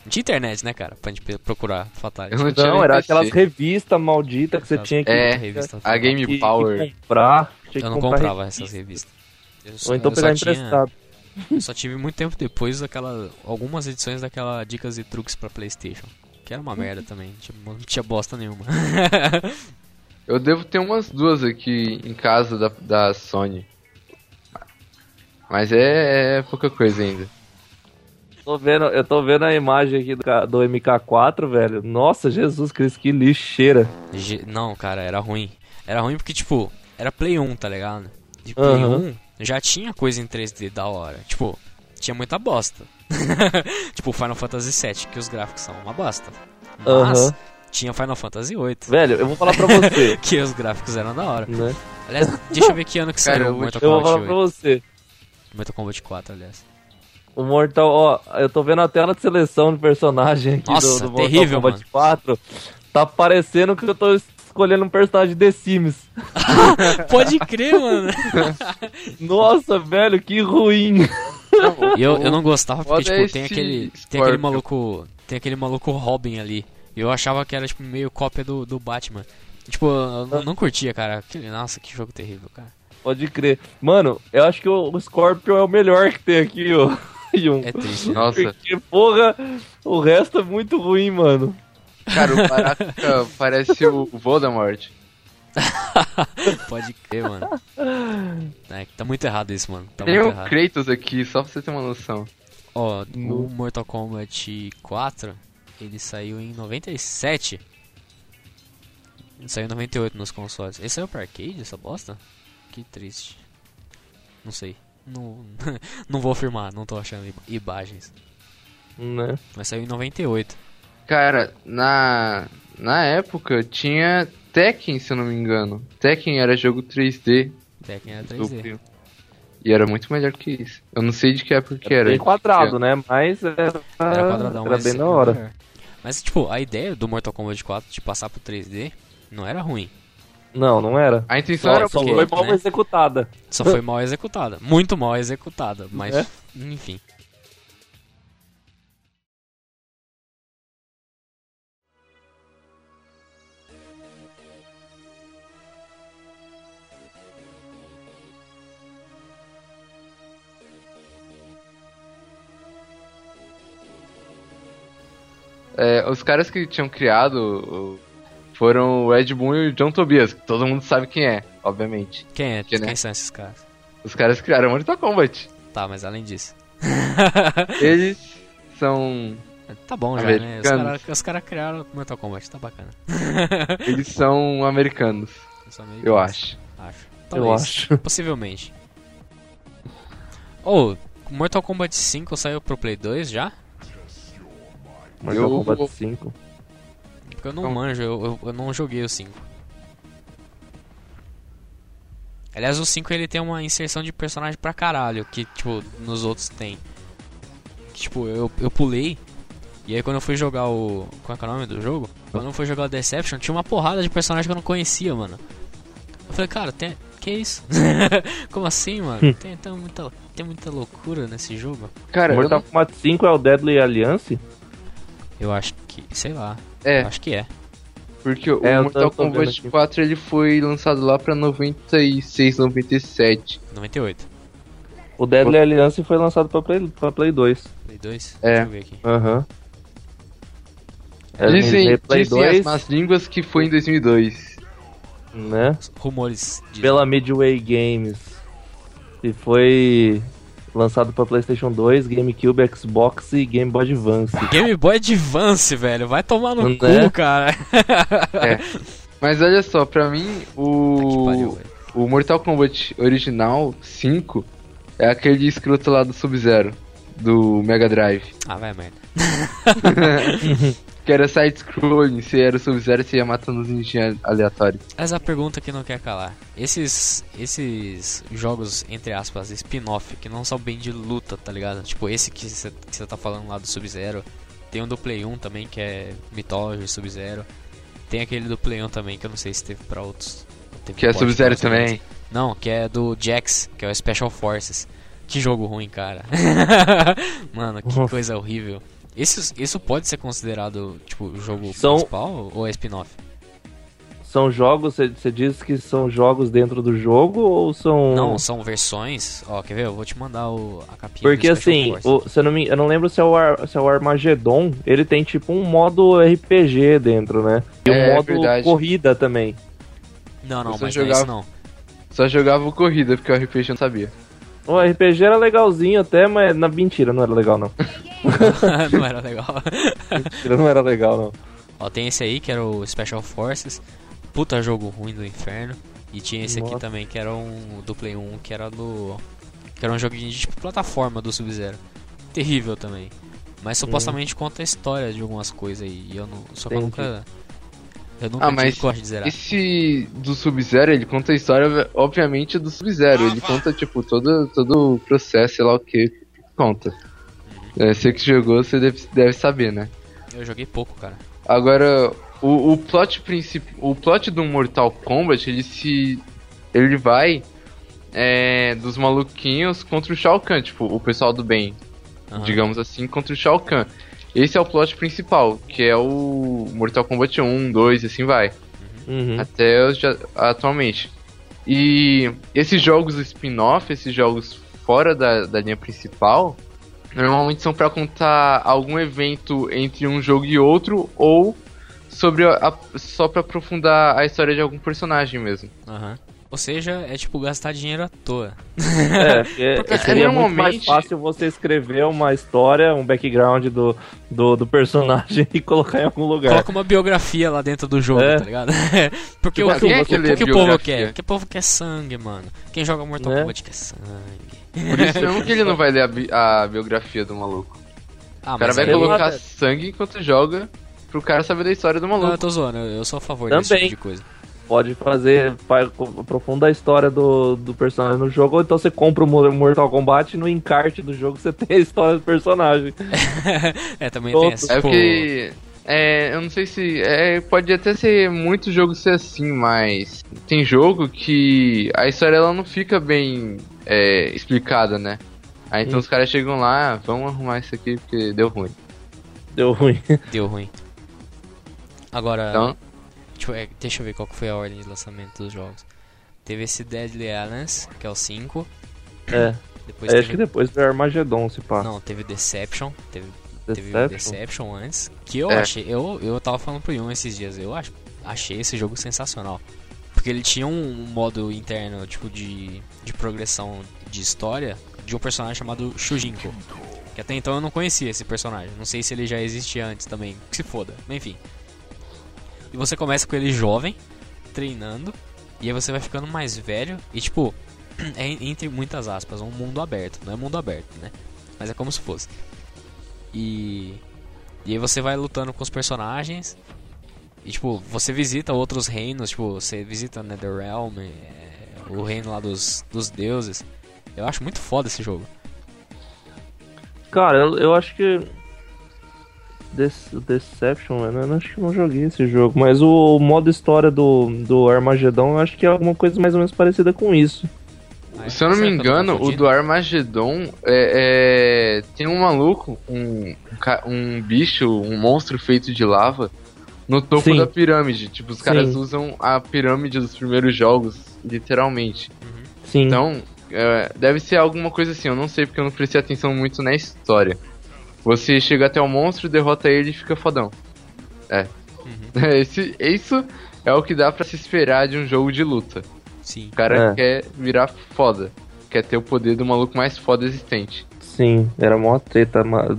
[SPEAKER 1] Não tinha internet, né, cara? Pra gente pe- procurar
[SPEAKER 2] Eu
[SPEAKER 1] Fatality.
[SPEAKER 2] não tinha
[SPEAKER 3] Não,
[SPEAKER 2] nem
[SPEAKER 3] era
[SPEAKER 2] PC.
[SPEAKER 3] aquelas revistas malditas que você tinha que,
[SPEAKER 2] É,
[SPEAKER 1] revista
[SPEAKER 2] A Game
[SPEAKER 3] que- que
[SPEAKER 2] Power.
[SPEAKER 3] comprar. Tinha que
[SPEAKER 1] Eu não
[SPEAKER 3] comprar
[SPEAKER 1] comprava
[SPEAKER 3] revista.
[SPEAKER 1] essas revistas. Eu só-
[SPEAKER 3] Ou então
[SPEAKER 1] eu só
[SPEAKER 3] pegar
[SPEAKER 1] tinha-
[SPEAKER 3] emprestado.
[SPEAKER 1] Eu só tive muito tempo depois aquela, algumas edições daquela Dicas e Truques pra Playstation. Que era uma
[SPEAKER 3] Uhum.
[SPEAKER 1] merda também, tipo, não tinha bosta nenhuma.
[SPEAKER 2] Eu devo ter umas duas aqui em casa da, da Sony. Mas é, é pouca coisa ainda.
[SPEAKER 3] Tô vendo, eu tô vendo a imagem aqui do, ca- do MK4, velho. Nossa, Jesus Cristo, que lixeira.
[SPEAKER 1] Ge- não, cara, era ruim. Era ruim porque, tipo, era Play 1, tá ligado? De Play
[SPEAKER 3] Aham.
[SPEAKER 1] 1 já tinha coisa em 3D da hora. Tipo, tinha muita bosta. tipo, Final Fantasy VII, que os gráficos são uma bosta. Mas,
[SPEAKER 3] Aham.
[SPEAKER 1] tinha Final Fantasy VIII,
[SPEAKER 3] Velho, eu vou falar pra você,
[SPEAKER 1] que os gráficos eram da hora.
[SPEAKER 3] né?
[SPEAKER 1] Aliás, deixa eu ver que ano que
[SPEAKER 2] Cara, eu
[SPEAKER 1] saiu o
[SPEAKER 2] vou
[SPEAKER 1] Mortal
[SPEAKER 3] Eu vou
[SPEAKER 1] Kombat
[SPEAKER 3] falar pra
[SPEAKER 1] 8.
[SPEAKER 3] você.
[SPEAKER 1] Mortal Kombat 4, aliás.
[SPEAKER 3] O Mortal, ó, eu tô vendo a tela de seleção de personagem aqui
[SPEAKER 1] Nossa,
[SPEAKER 3] do, do Mortal
[SPEAKER 1] terrível,
[SPEAKER 3] Kombat
[SPEAKER 1] mano.
[SPEAKER 3] 4. Tá parecendo que eu tô escolhendo um personagem de The Sims.
[SPEAKER 1] Pode crer, mano.
[SPEAKER 3] Nossa, velho, que ruim.
[SPEAKER 1] E eu, eu não gostava porque,
[SPEAKER 2] Foda
[SPEAKER 1] tipo, tem
[SPEAKER 2] esse
[SPEAKER 1] aquele. Tem
[SPEAKER 2] Scorpion.
[SPEAKER 1] aquele maluco. Tem aquele maluco Robin ali. E eu achava que era, tipo, meio cópia do, do Batman. E, Tipo, eu não, não curtia, cara. Aquele, nossa, que jogo terrível, cara.
[SPEAKER 3] Pode crer. Mano, eu acho que o, o Scorpion é o melhor que tem aqui, ó. Yun.
[SPEAKER 1] É triste. né?
[SPEAKER 2] Nossa,
[SPEAKER 3] Porque, porra, o resto é muito ruim, mano.
[SPEAKER 2] cara, o Baraka parece o Voldemort.
[SPEAKER 1] Pode crer, mano. É, que tá muito errado isso, mano. Tá
[SPEAKER 2] Tem
[SPEAKER 1] muito
[SPEAKER 2] o
[SPEAKER 1] errado.
[SPEAKER 2] Kratos aqui, só pra você ter uma noção.
[SPEAKER 1] Ó,
[SPEAKER 3] No.
[SPEAKER 1] o Mortal Kombat 4, ele saiu em 97. Ele saiu em 98 nos consoles. Ele saiu pra arcade, essa bosta? Que triste. Não sei. Não, não vou afirmar, não tô achando im- imagens.
[SPEAKER 3] Né?
[SPEAKER 1] Mas saiu em 98.
[SPEAKER 2] Cara, na, na época tinha Tekken, se eu não me engano. Tekken era jogo 3D.
[SPEAKER 1] Tekken era
[SPEAKER 2] do
[SPEAKER 1] 3D.
[SPEAKER 2] Play- E era muito melhor que isso. Eu não sei de que época que era. é.
[SPEAKER 3] Bem quadrado, né? Mas era,
[SPEAKER 1] Era quadradão,
[SPEAKER 3] Ah, era
[SPEAKER 1] mas
[SPEAKER 3] bem da
[SPEAKER 1] era
[SPEAKER 3] hora.
[SPEAKER 1] melhor. Mas, tipo, a ideia do Mortal Kombat 4 de passar pro 3D não era ruim.
[SPEAKER 3] Não, não era.
[SPEAKER 2] A intenção
[SPEAKER 3] Só,
[SPEAKER 2] era
[SPEAKER 3] só
[SPEAKER 1] porque,
[SPEAKER 3] foi mal
[SPEAKER 1] né?
[SPEAKER 3] executada.
[SPEAKER 1] Só foi mal executada. Muito mal executada, mas
[SPEAKER 3] É.
[SPEAKER 1] enfim.
[SPEAKER 2] É, os caras que tinham criado o- foram o Ed Boon e o John Tobias, que todo mundo sabe quem é, obviamente.
[SPEAKER 1] Quem, é,
[SPEAKER 2] Que, né?
[SPEAKER 1] quem são esses caras?
[SPEAKER 2] Os caras criaram Mortal Kombat.
[SPEAKER 1] Tá, mas além disso.
[SPEAKER 2] Eles são.
[SPEAKER 1] Tá bom já, né? Os
[SPEAKER 2] Americanos.
[SPEAKER 1] caras cara criaram Mortal Kombat, tá bacana.
[SPEAKER 2] Eles são americanos,
[SPEAKER 1] Eu, sou meio
[SPEAKER 2] eu
[SPEAKER 1] besta,
[SPEAKER 2] acho.
[SPEAKER 1] acho.
[SPEAKER 3] Eu
[SPEAKER 1] Talvez,
[SPEAKER 3] acho.
[SPEAKER 1] Possivelmente. Ou, Mortal Kombat 5 saiu pro Play 2 já?
[SPEAKER 3] Mortal
[SPEAKER 2] Eu-
[SPEAKER 3] Kombat 5.
[SPEAKER 1] Porque eu não
[SPEAKER 2] Não.
[SPEAKER 1] manjo, eu, eu, eu não joguei o 5. Aliás, o 5 ele tem uma inserção de personagem pra caralho, que tipo, nos outros tem. Que, tipo, eu, eu pulei E aí quando eu fui jogar o. Qual é, que é o nome do jogo? Quando eu fui jogar o Deception, tinha uma porrada de personagem que eu não conhecia, mano. Eu falei, cara, tem. Que isso? Como assim,
[SPEAKER 2] Hum.
[SPEAKER 1] mano? Tem, tem, muita, tem muita loucura nesse jogo.
[SPEAKER 2] Cara, eu
[SPEAKER 3] Mortal
[SPEAKER 2] não-
[SPEAKER 3] Kombat 5 é o Deadly Alliance?
[SPEAKER 1] Eu acho que. sei lá.
[SPEAKER 2] É.
[SPEAKER 1] Eu acho que é.
[SPEAKER 2] porque o
[SPEAKER 3] Ah. É, eu tô-
[SPEAKER 2] Mortal
[SPEAKER 3] tô vendo
[SPEAKER 2] Kombat
[SPEAKER 3] aqui.
[SPEAKER 2] 4 ele foi lançado lá pra 96, 97.
[SPEAKER 1] 98.
[SPEAKER 3] O Deadly Alliance foi lançado pra Play, pra Play 2.
[SPEAKER 1] Play 2?
[SPEAKER 2] É.
[SPEAKER 1] Deixa eu ver aqui.
[SPEAKER 3] Aham. É,
[SPEAKER 2] Dizem,
[SPEAKER 3] um Play
[SPEAKER 2] dizem
[SPEAKER 3] 2,
[SPEAKER 2] as más línguas que foi em 2002.
[SPEAKER 3] né?
[SPEAKER 1] Rumores de.
[SPEAKER 3] pela Midway Games. E foi lançado pra PlayStation 2, GameCube, Xbox e Game Boy Advance.
[SPEAKER 1] Game Boy Advance, velho. Vai tomar no
[SPEAKER 3] Não
[SPEAKER 1] cu,
[SPEAKER 3] é?
[SPEAKER 1] cara.
[SPEAKER 2] Mas olha só, pra mim
[SPEAKER 1] Que pariu,
[SPEAKER 2] o,
[SPEAKER 1] velho.
[SPEAKER 2] o Mortal Kombat original 5 é aquele escroto lá do Sub-Zero, do Mega Drive.
[SPEAKER 1] Ah, vai, merda.
[SPEAKER 2] Que era side-scrolling, você era o Sub-Zero e você ia matando os ninjas aleatórios.
[SPEAKER 1] Essa é a pergunta que não quer calar. Esses. Esses jogos, entre aspas, spin-off, que não são bem de luta, tá ligado? Tipo, esse que você tá falando lá do Sub-Zero. Tem um do Play 1 também, que é Mythology, Sub-Zero. Tem aquele do Play 1 também, que eu não sei se teve pra outros. teve
[SPEAKER 2] Que é
[SPEAKER 1] porte
[SPEAKER 2] Sub-Zero
[SPEAKER 1] pra outros
[SPEAKER 2] também.
[SPEAKER 1] Não, que é do Jax, que é o Special Forces. Que jogo ruim, cara. Mano, que
[SPEAKER 3] Nossa.
[SPEAKER 1] coisa horrível. Isso, isso pode ser considerado, tipo, jogo
[SPEAKER 3] São-
[SPEAKER 1] principal ou é spin-off?
[SPEAKER 3] São jogos, você diz que são jogos dentro do jogo ou são.
[SPEAKER 1] Não, são versões. Ó, quer ver? Eu vou te mandar o, a capinha
[SPEAKER 3] Porque
[SPEAKER 1] do Special
[SPEAKER 3] assim,
[SPEAKER 1] Forces.
[SPEAKER 3] o, se eu, não me, eu não lembro se é, o Ar- se é o Armageddon, ele tem tipo um modo RPG dentro, né? E
[SPEAKER 2] É,
[SPEAKER 3] um modo
[SPEAKER 2] verdade.
[SPEAKER 3] corrida também.
[SPEAKER 1] Não, não,
[SPEAKER 2] você
[SPEAKER 1] mas
[SPEAKER 2] jogava-
[SPEAKER 1] não é isso
[SPEAKER 2] Só jogava o Corrida, porque o RPG não sabia.
[SPEAKER 3] O RPG era legalzinho até, mas. Na mentira, não era legal não.
[SPEAKER 1] não. não era legal.
[SPEAKER 3] Mentira, não era legal não.
[SPEAKER 1] Ó, tem esse aí que era o Special Forces. Puta jogo ruim do inferno. E tinha esse aqui
[SPEAKER 3] Nossa.
[SPEAKER 1] também que era um do Play 1, que era do. Que era um jogo de tipo, plataforma do Sub-Zero. Terrível também. Mas supostamente conta a história de algumas coisas aí. E eu não. Só que eu
[SPEAKER 3] Entendi.
[SPEAKER 1] nunca. Eu nunca
[SPEAKER 2] Ah,
[SPEAKER 1] tive
[SPEAKER 2] mas
[SPEAKER 1] coragem de zerar.
[SPEAKER 2] Esse do Sub-Zero, ele conta a história, obviamente, do Sub-Zero. Ele conta, tipo, todo, todo o processo, sei lá o que, conta. É, você que jogou, você deve, deve saber, né?
[SPEAKER 1] Eu joguei pouco, cara.
[SPEAKER 2] Agora, o, o plot principal. O plot do Mortal Kombat, ele se. ele vai é, dos maluquinhos contra o Shao Kahn, tipo, o pessoal do bem,
[SPEAKER 1] Aham.
[SPEAKER 2] digamos assim, contra o Shao Kahn. Esse é o plot principal, que é o Mortal Kombat 1, 2, e assim vai.
[SPEAKER 3] Uhum.
[SPEAKER 2] Até os de- atualmente. E esses jogos spin-off, esses jogos fora da, da linha principal, normalmente são pra contar algum evento entre um jogo e outro, ou sobre a, a- só pra aprofundar a história de algum personagem mesmo.
[SPEAKER 1] Aham. Ou seja, é tipo gastar dinheiro à toa.
[SPEAKER 3] É, porque
[SPEAKER 2] é,
[SPEAKER 3] seria muito mais
[SPEAKER 2] normalmente-
[SPEAKER 3] fácil você escrever uma história, um background do, do, do personagem e colocar em algum
[SPEAKER 2] É.
[SPEAKER 3] lugar.
[SPEAKER 1] Coloca uma biografia lá dentro do jogo,
[SPEAKER 3] É.
[SPEAKER 1] tá ligado? Porque o
[SPEAKER 2] Tipo,
[SPEAKER 1] que, o-
[SPEAKER 2] quem é que
[SPEAKER 1] o
[SPEAKER 2] lê
[SPEAKER 1] que o povo
[SPEAKER 2] biografia?
[SPEAKER 1] quer? Porque o povo quer sangue, mano. Quem joga Mortal
[SPEAKER 3] Né?
[SPEAKER 1] Kombat quer sangue.
[SPEAKER 2] Por isso mesmo que ele não vai ler a, bi- a biografia do maluco.
[SPEAKER 1] Ah,
[SPEAKER 2] O cara vai
[SPEAKER 1] aí-
[SPEAKER 3] ele-
[SPEAKER 2] colocar sangue enquanto joga, pro cara saber da história do
[SPEAKER 1] Não, eu
[SPEAKER 2] maluco.
[SPEAKER 1] tô zoando, eu eu sou a favor desse
[SPEAKER 3] Também.
[SPEAKER 1] tipo de coisa.
[SPEAKER 3] Pode fazer, fa- aprofunda a história do, do personagem no jogo, ou então você compra o Mo- Mortal Kombat e no encarte do jogo você tem a história do personagem.
[SPEAKER 1] é, também tem
[SPEAKER 3] Outro.
[SPEAKER 1] essa,
[SPEAKER 2] É
[SPEAKER 1] tipo...
[SPEAKER 2] porque. É, eu não sei se. É, pode até ser muito jogo ser assim, mas. Tem jogo que a história ela não fica bem é, explicada, né? Aí então
[SPEAKER 3] Hum.
[SPEAKER 2] os caras chegam lá, "Ah, vamos arrumar isso aqui porque deu ruim.
[SPEAKER 3] Deu ruim.
[SPEAKER 1] Deu ruim.
[SPEAKER 3] Ah,
[SPEAKER 1] Agora,
[SPEAKER 2] Então,
[SPEAKER 1] tipo, é, deixa eu ver qual que foi a ordem de lançamento dos jogos. Teve esse Deadly Alliance, que é o 5.
[SPEAKER 3] É,
[SPEAKER 1] Depois
[SPEAKER 3] aí acho
[SPEAKER 1] teve...
[SPEAKER 3] que depois do Armageddon se passa.
[SPEAKER 1] Não, teve Deception. Teve teve
[SPEAKER 3] Deception.
[SPEAKER 1] o Deception antes, que eu
[SPEAKER 2] É.
[SPEAKER 1] achei, eu, eu tava falando pro Yun esses dias, eu ach, achei esse jogo sensacional. Porque ele tinha um modo interno, tipo, de, de progressão de história de um personagem chamado Shujinko. Que até então eu não conhecia esse personagem. Não sei se ele já existia antes também. Que se foda. Enfim. E você começa com ele jovem, treinando. E aí você vai ficando mais velho. E tipo, é en- entre muitas aspas, um mundo aberto. Não é mundo aberto, né? Mas é como se fosse. E. E aí você vai lutando com os personagens. E tipo, você visita outros reinos, tipo, você visita Netherrealm, é, o reino lá dos, dos deuses. Eu acho muito foda esse jogo.
[SPEAKER 3] Cara, eu, eu acho que. Dece- Deception, mano, eu não- acho que eu não joguei esse jogo, mas o modo história do, do Armagedon eu acho que é alguma coisa mais ou menos parecida com isso.
[SPEAKER 1] Ah,
[SPEAKER 2] Se eu não me
[SPEAKER 1] será que
[SPEAKER 3] é
[SPEAKER 1] eu tô
[SPEAKER 2] engano, o
[SPEAKER 1] confundindo?
[SPEAKER 2] do Armagedon é, é- tem um maluco, um, ca- um bicho, um monstro feito de lava no topo
[SPEAKER 3] Sim.
[SPEAKER 2] da pirâmide. Tipo, os caras
[SPEAKER 3] Sim.
[SPEAKER 2] usam a pirâmide dos primeiros jogos, literalmente.
[SPEAKER 3] Sim.
[SPEAKER 2] Então, é, deve ser alguma coisa assim, eu não sei porque eu não prestei atenção muito na história. Você chega até o monstro, derrota ele e fica fodão. É.
[SPEAKER 3] Uhum.
[SPEAKER 2] Esse- isso é o que dá pra se esperar de um jogo de luta.
[SPEAKER 1] Sim.
[SPEAKER 2] O cara
[SPEAKER 3] É.
[SPEAKER 2] quer virar foda. Quer ter o poder do maluco mais foda existente.
[SPEAKER 3] Sim, era mó treta ma-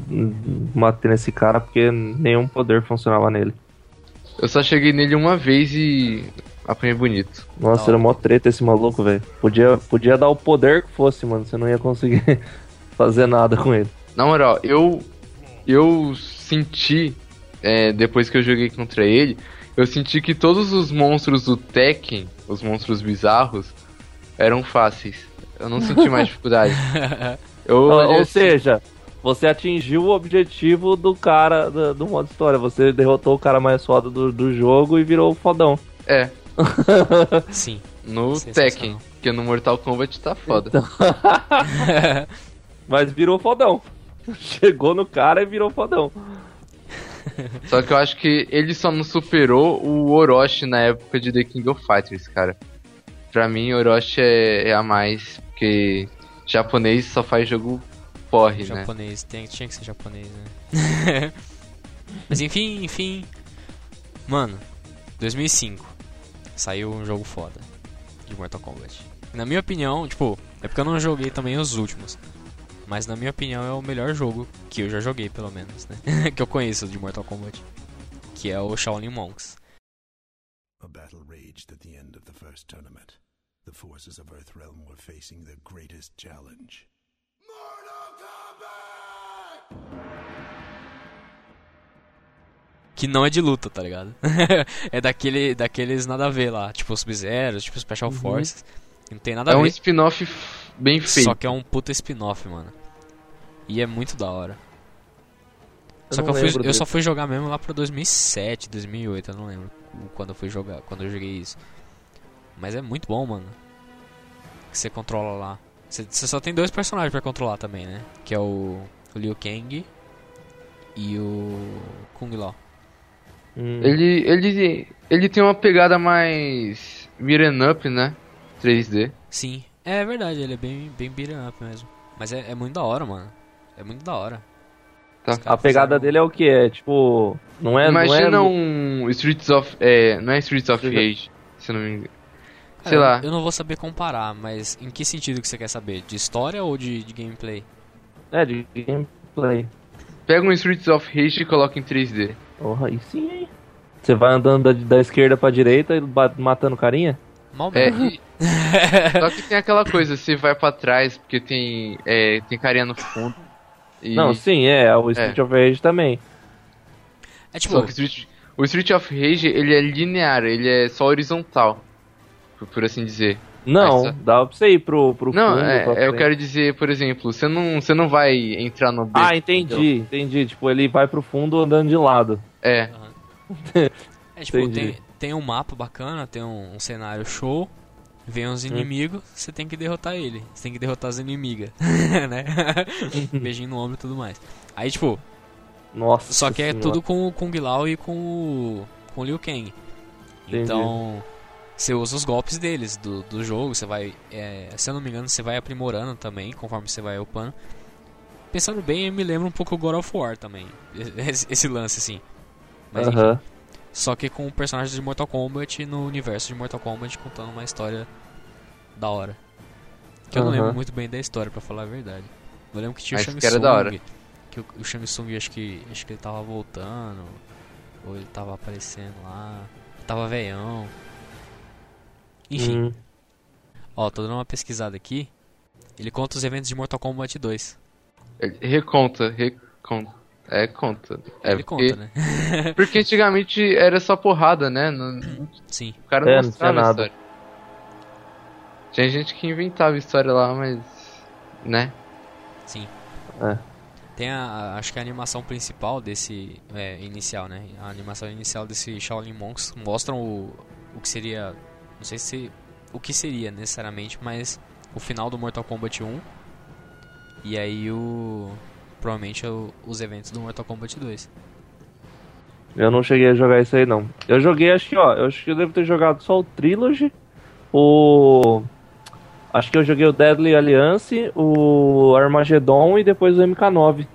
[SPEAKER 3] matando esse cara porque nenhum poder funcionava nele.
[SPEAKER 2] Eu só cheguei nele uma vez e apanhei bonito.
[SPEAKER 3] Nossa,
[SPEAKER 1] Da
[SPEAKER 3] era mó treta esse maluco, velho. Podia, podia dar o poder que fosse, mano. Você não ia conseguir fazer nada com ele.
[SPEAKER 2] Na moral, eu. Eu senti. é, depois que eu joguei contra ele, eu senti que todos os monstros do Tekken, os monstros bizarros, eram fáceis. Eu não senti mais dificuldade. Eu
[SPEAKER 3] Ou,
[SPEAKER 2] olhei
[SPEAKER 3] ou
[SPEAKER 2] assim,
[SPEAKER 3] seja, você atingiu o objetivo do cara do, do modo história. Você derrotou o cara mais foda do, do jogo e virou o fodão.
[SPEAKER 2] É,
[SPEAKER 1] Sim.
[SPEAKER 2] no
[SPEAKER 1] Sensacional.
[SPEAKER 2] Tekken, porque no Mortal Kombat tá foda.
[SPEAKER 3] Mas virou fodão. Chegou no cara e virou fodão.
[SPEAKER 2] Só que eu acho que ele só não superou o Orochi na época de The King of Fighters, cara. Pra mim, Orochi é, é a mais, porque japonês só faz jogo porre, né?
[SPEAKER 1] japonês, tem- tinha que ser japonês, né? Mas enfim, enfim. Mano, 2005 saiu um jogo foda de Mortal Kombat. Na minha opinião, tipo, é porque eu não joguei também os últimos. Mas na minha opinião é o melhor jogo que eu já joguei, pelo menos, né? que eu conheço de Mortal Kombat. Que é o Shaolin Monks.
[SPEAKER 4] A battle raged at the end of the first tournament. The forces of Earthrealm were facing their greatest challenge.
[SPEAKER 1] Que não é de luta, tá ligado? é daquele, daqueles nada a ver lá. Tipo Sub-Zero, tipo Special Forces. que Não tem nada
[SPEAKER 2] Uhum. É
[SPEAKER 1] a
[SPEAKER 2] um
[SPEAKER 1] ver.
[SPEAKER 2] spin-off f- bem
[SPEAKER 1] Só
[SPEAKER 2] feito.
[SPEAKER 1] que é um puta spin-off, mano. E é muito da hora. só
[SPEAKER 3] não
[SPEAKER 1] que eu, fui,
[SPEAKER 3] lembro
[SPEAKER 1] eu
[SPEAKER 3] desse.
[SPEAKER 1] só fui jogar mesmo lá pra 2007, 2008, eu não lembro o- quando eu fui jogar, quando eu joguei isso. Mas é muito bom, mano. Que você controla lá. Você você só tem dois personagens pra controlar também, né? Que é o, o Liu Kang e o Kung Lao.
[SPEAKER 3] Hum.
[SPEAKER 2] Ele, ele, ele tem uma pegada mais Miren Up, né? 3D.
[SPEAKER 1] Sim, é verdade, ele é bem, bem beat'em up mesmo. Mas é, é muito da hora, mano. É muito da hora.
[SPEAKER 2] Tá.
[SPEAKER 1] Os
[SPEAKER 3] A
[SPEAKER 1] caras
[SPEAKER 3] pegada
[SPEAKER 1] fizeram- um
[SPEAKER 3] dele é o que? É tipo. Não é.
[SPEAKER 2] Imagina
[SPEAKER 3] não é...
[SPEAKER 2] um Streets of... É, não é Streets of
[SPEAKER 3] Streets
[SPEAKER 2] Rage, se eu não me engano.
[SPEAKER 1] Cara,
[SPEAKER 2] Sei
[SPEAKER 1] eu-
[SPEAKER 2] lá.
[SPEAKER 1] É, Eu não vou saber comparar, mas em que sentido que você quer saber? De história ou de, de gameplay?
[SPEAKER 3] É, de gameplay.
[SPEAKER 2] Pega um Streets of Rage e coloca em 3D.
[SPEAKER 3] Porra, aí sim, hein? Você vai andando da, da esquerda pra direita e ba- matando carinha?
[SPEAKER 1] Mal
[SPEAKER 2] É,
[SPEAKER 1] menos.
[SPEAKER 2] e- Só que tem aquela coisa, você vai pra trás porque tem, é, tem carinha no fundo. E-
[SPEAKER 3] Não, sim, é. O Street of Rage também.
[SPEAKER 1] É tipo,
[SPEAKER 2] só que Street- o Street of Rage, ele é linear, ele é só horizontal, por, por assim dizer.
[SPEAKER 3] Não,
[SPEAKER 2] Essa-
[SPEAKER 3] dá pra você ir pro, pro
[SPEAKER 2] é. Não,
[SPEAKER 3] fundo,
[SPEAKER 2] é-
[SPEAKER 3] pra
[SPEAKER 2] eu
[SPEAKER 3] frente.
[SPEAKER 2] quero dizer, por exemplo, você não, você não vai entrar no B.
[SPEAKER 3] Ah, entendi, entendi. Tipo, ele vai pro fundo andando de lado.
[SPEAKER 2] É,
[SPEAKER 1] é tipo,
[SPEAKER 3] entendi.
[SPEAKER 1] tem, tem um mapa bacana, tem um, um cenário show, vem uns
[SPEAKER 2] Hum.
[SPEAKER 1] inimigos, você tem que derrotar ele. Você tem que derrotar as inimigas, né? Beijinho no ombro e tudo mais. Aí, tipo,
[SPEAKER 3] Nossa.
[SPEAKER 1] só que é
[SPEAKER 3] Senhora.
[SPEAKER 1] tudo com o Kung Lao e com o, com o Liu Kang.
[SPEAKER 3] Entendi.
[SPEAKER 1] Então, você usa os golpes deles do, do jogo, você vai, é, se eu não me engano, você vai aprimorando também, conforme você vai upando. Pensando bem, me lembra um pouco o God of War também, esse, esse lance assim. Mas enfim,
[SPEAKER 3] Aham.
[SPEAKER 1] só que com personagens de Mortal Kombat no universo de Mortal Kombat contando uma história da hora. Que eu não
[SPEAKER 3] Aham.
[SPEAKER 1] lembro muito bem da história, pra falar a verdade. Eu lembro que tinha o
[SPEAKER 2] Mas
[SPEAKER 1] Shang
[SPEAKER 2] que era
[SPEAKER 1] Tsung.
[SPEAKER 2] da hora.
[SPEAKER 1] Que o, o Shang Tsung acho que, acho que ele tava voltando. Ou ele tava aparecendo lá. Tava veião. Enfim,
[SPEAKER 3] Hum.
[SPEAKER 1] ó, tô dando uma pesquisada aqui. Ele conta os eventos de Mortal Kombat 2.
[SPEAKER 2] ele é, reconta, reconta. É, conta. É,
[SPEAKER 1] ele
[SPEAKER 2] porque,
[SPEAKER 1] conta, né?
[SPEAKER 2] porque antigamente era só porrada, né? Não-
[SPEAKER 1] Sim.
[SPEAKER 2] O cara não
[SPEAKER 3] É, não
[SPEAKER 2] mostrava
[SPEAKER 3] tinha
[SPEAKER 2] a
[SPEAKER 3] nada.
[SPEAKER 2] história. Tinha gente que inventava história lá, mas. né?
[SPEAKER 1] Tem a, acho que a animação principal desse é, inicial, né? A animação inicial desse Shaolin Monks mostram o, o que seria, não sei se o que seria necessariamente, mas o final do Mortal Kombat 1 e aí o provavelmente o- os eventos do Mortal Kombat 2.
[SPEAKER 3] Eu não cheguei a jogar isso aí, não. Eu joguei, acho que, ó, eu acho que eu devo ter jogado só o Trilogy, o. Acho que eu joguei o Deadly Alliance, o Armageddon e depois o MK9.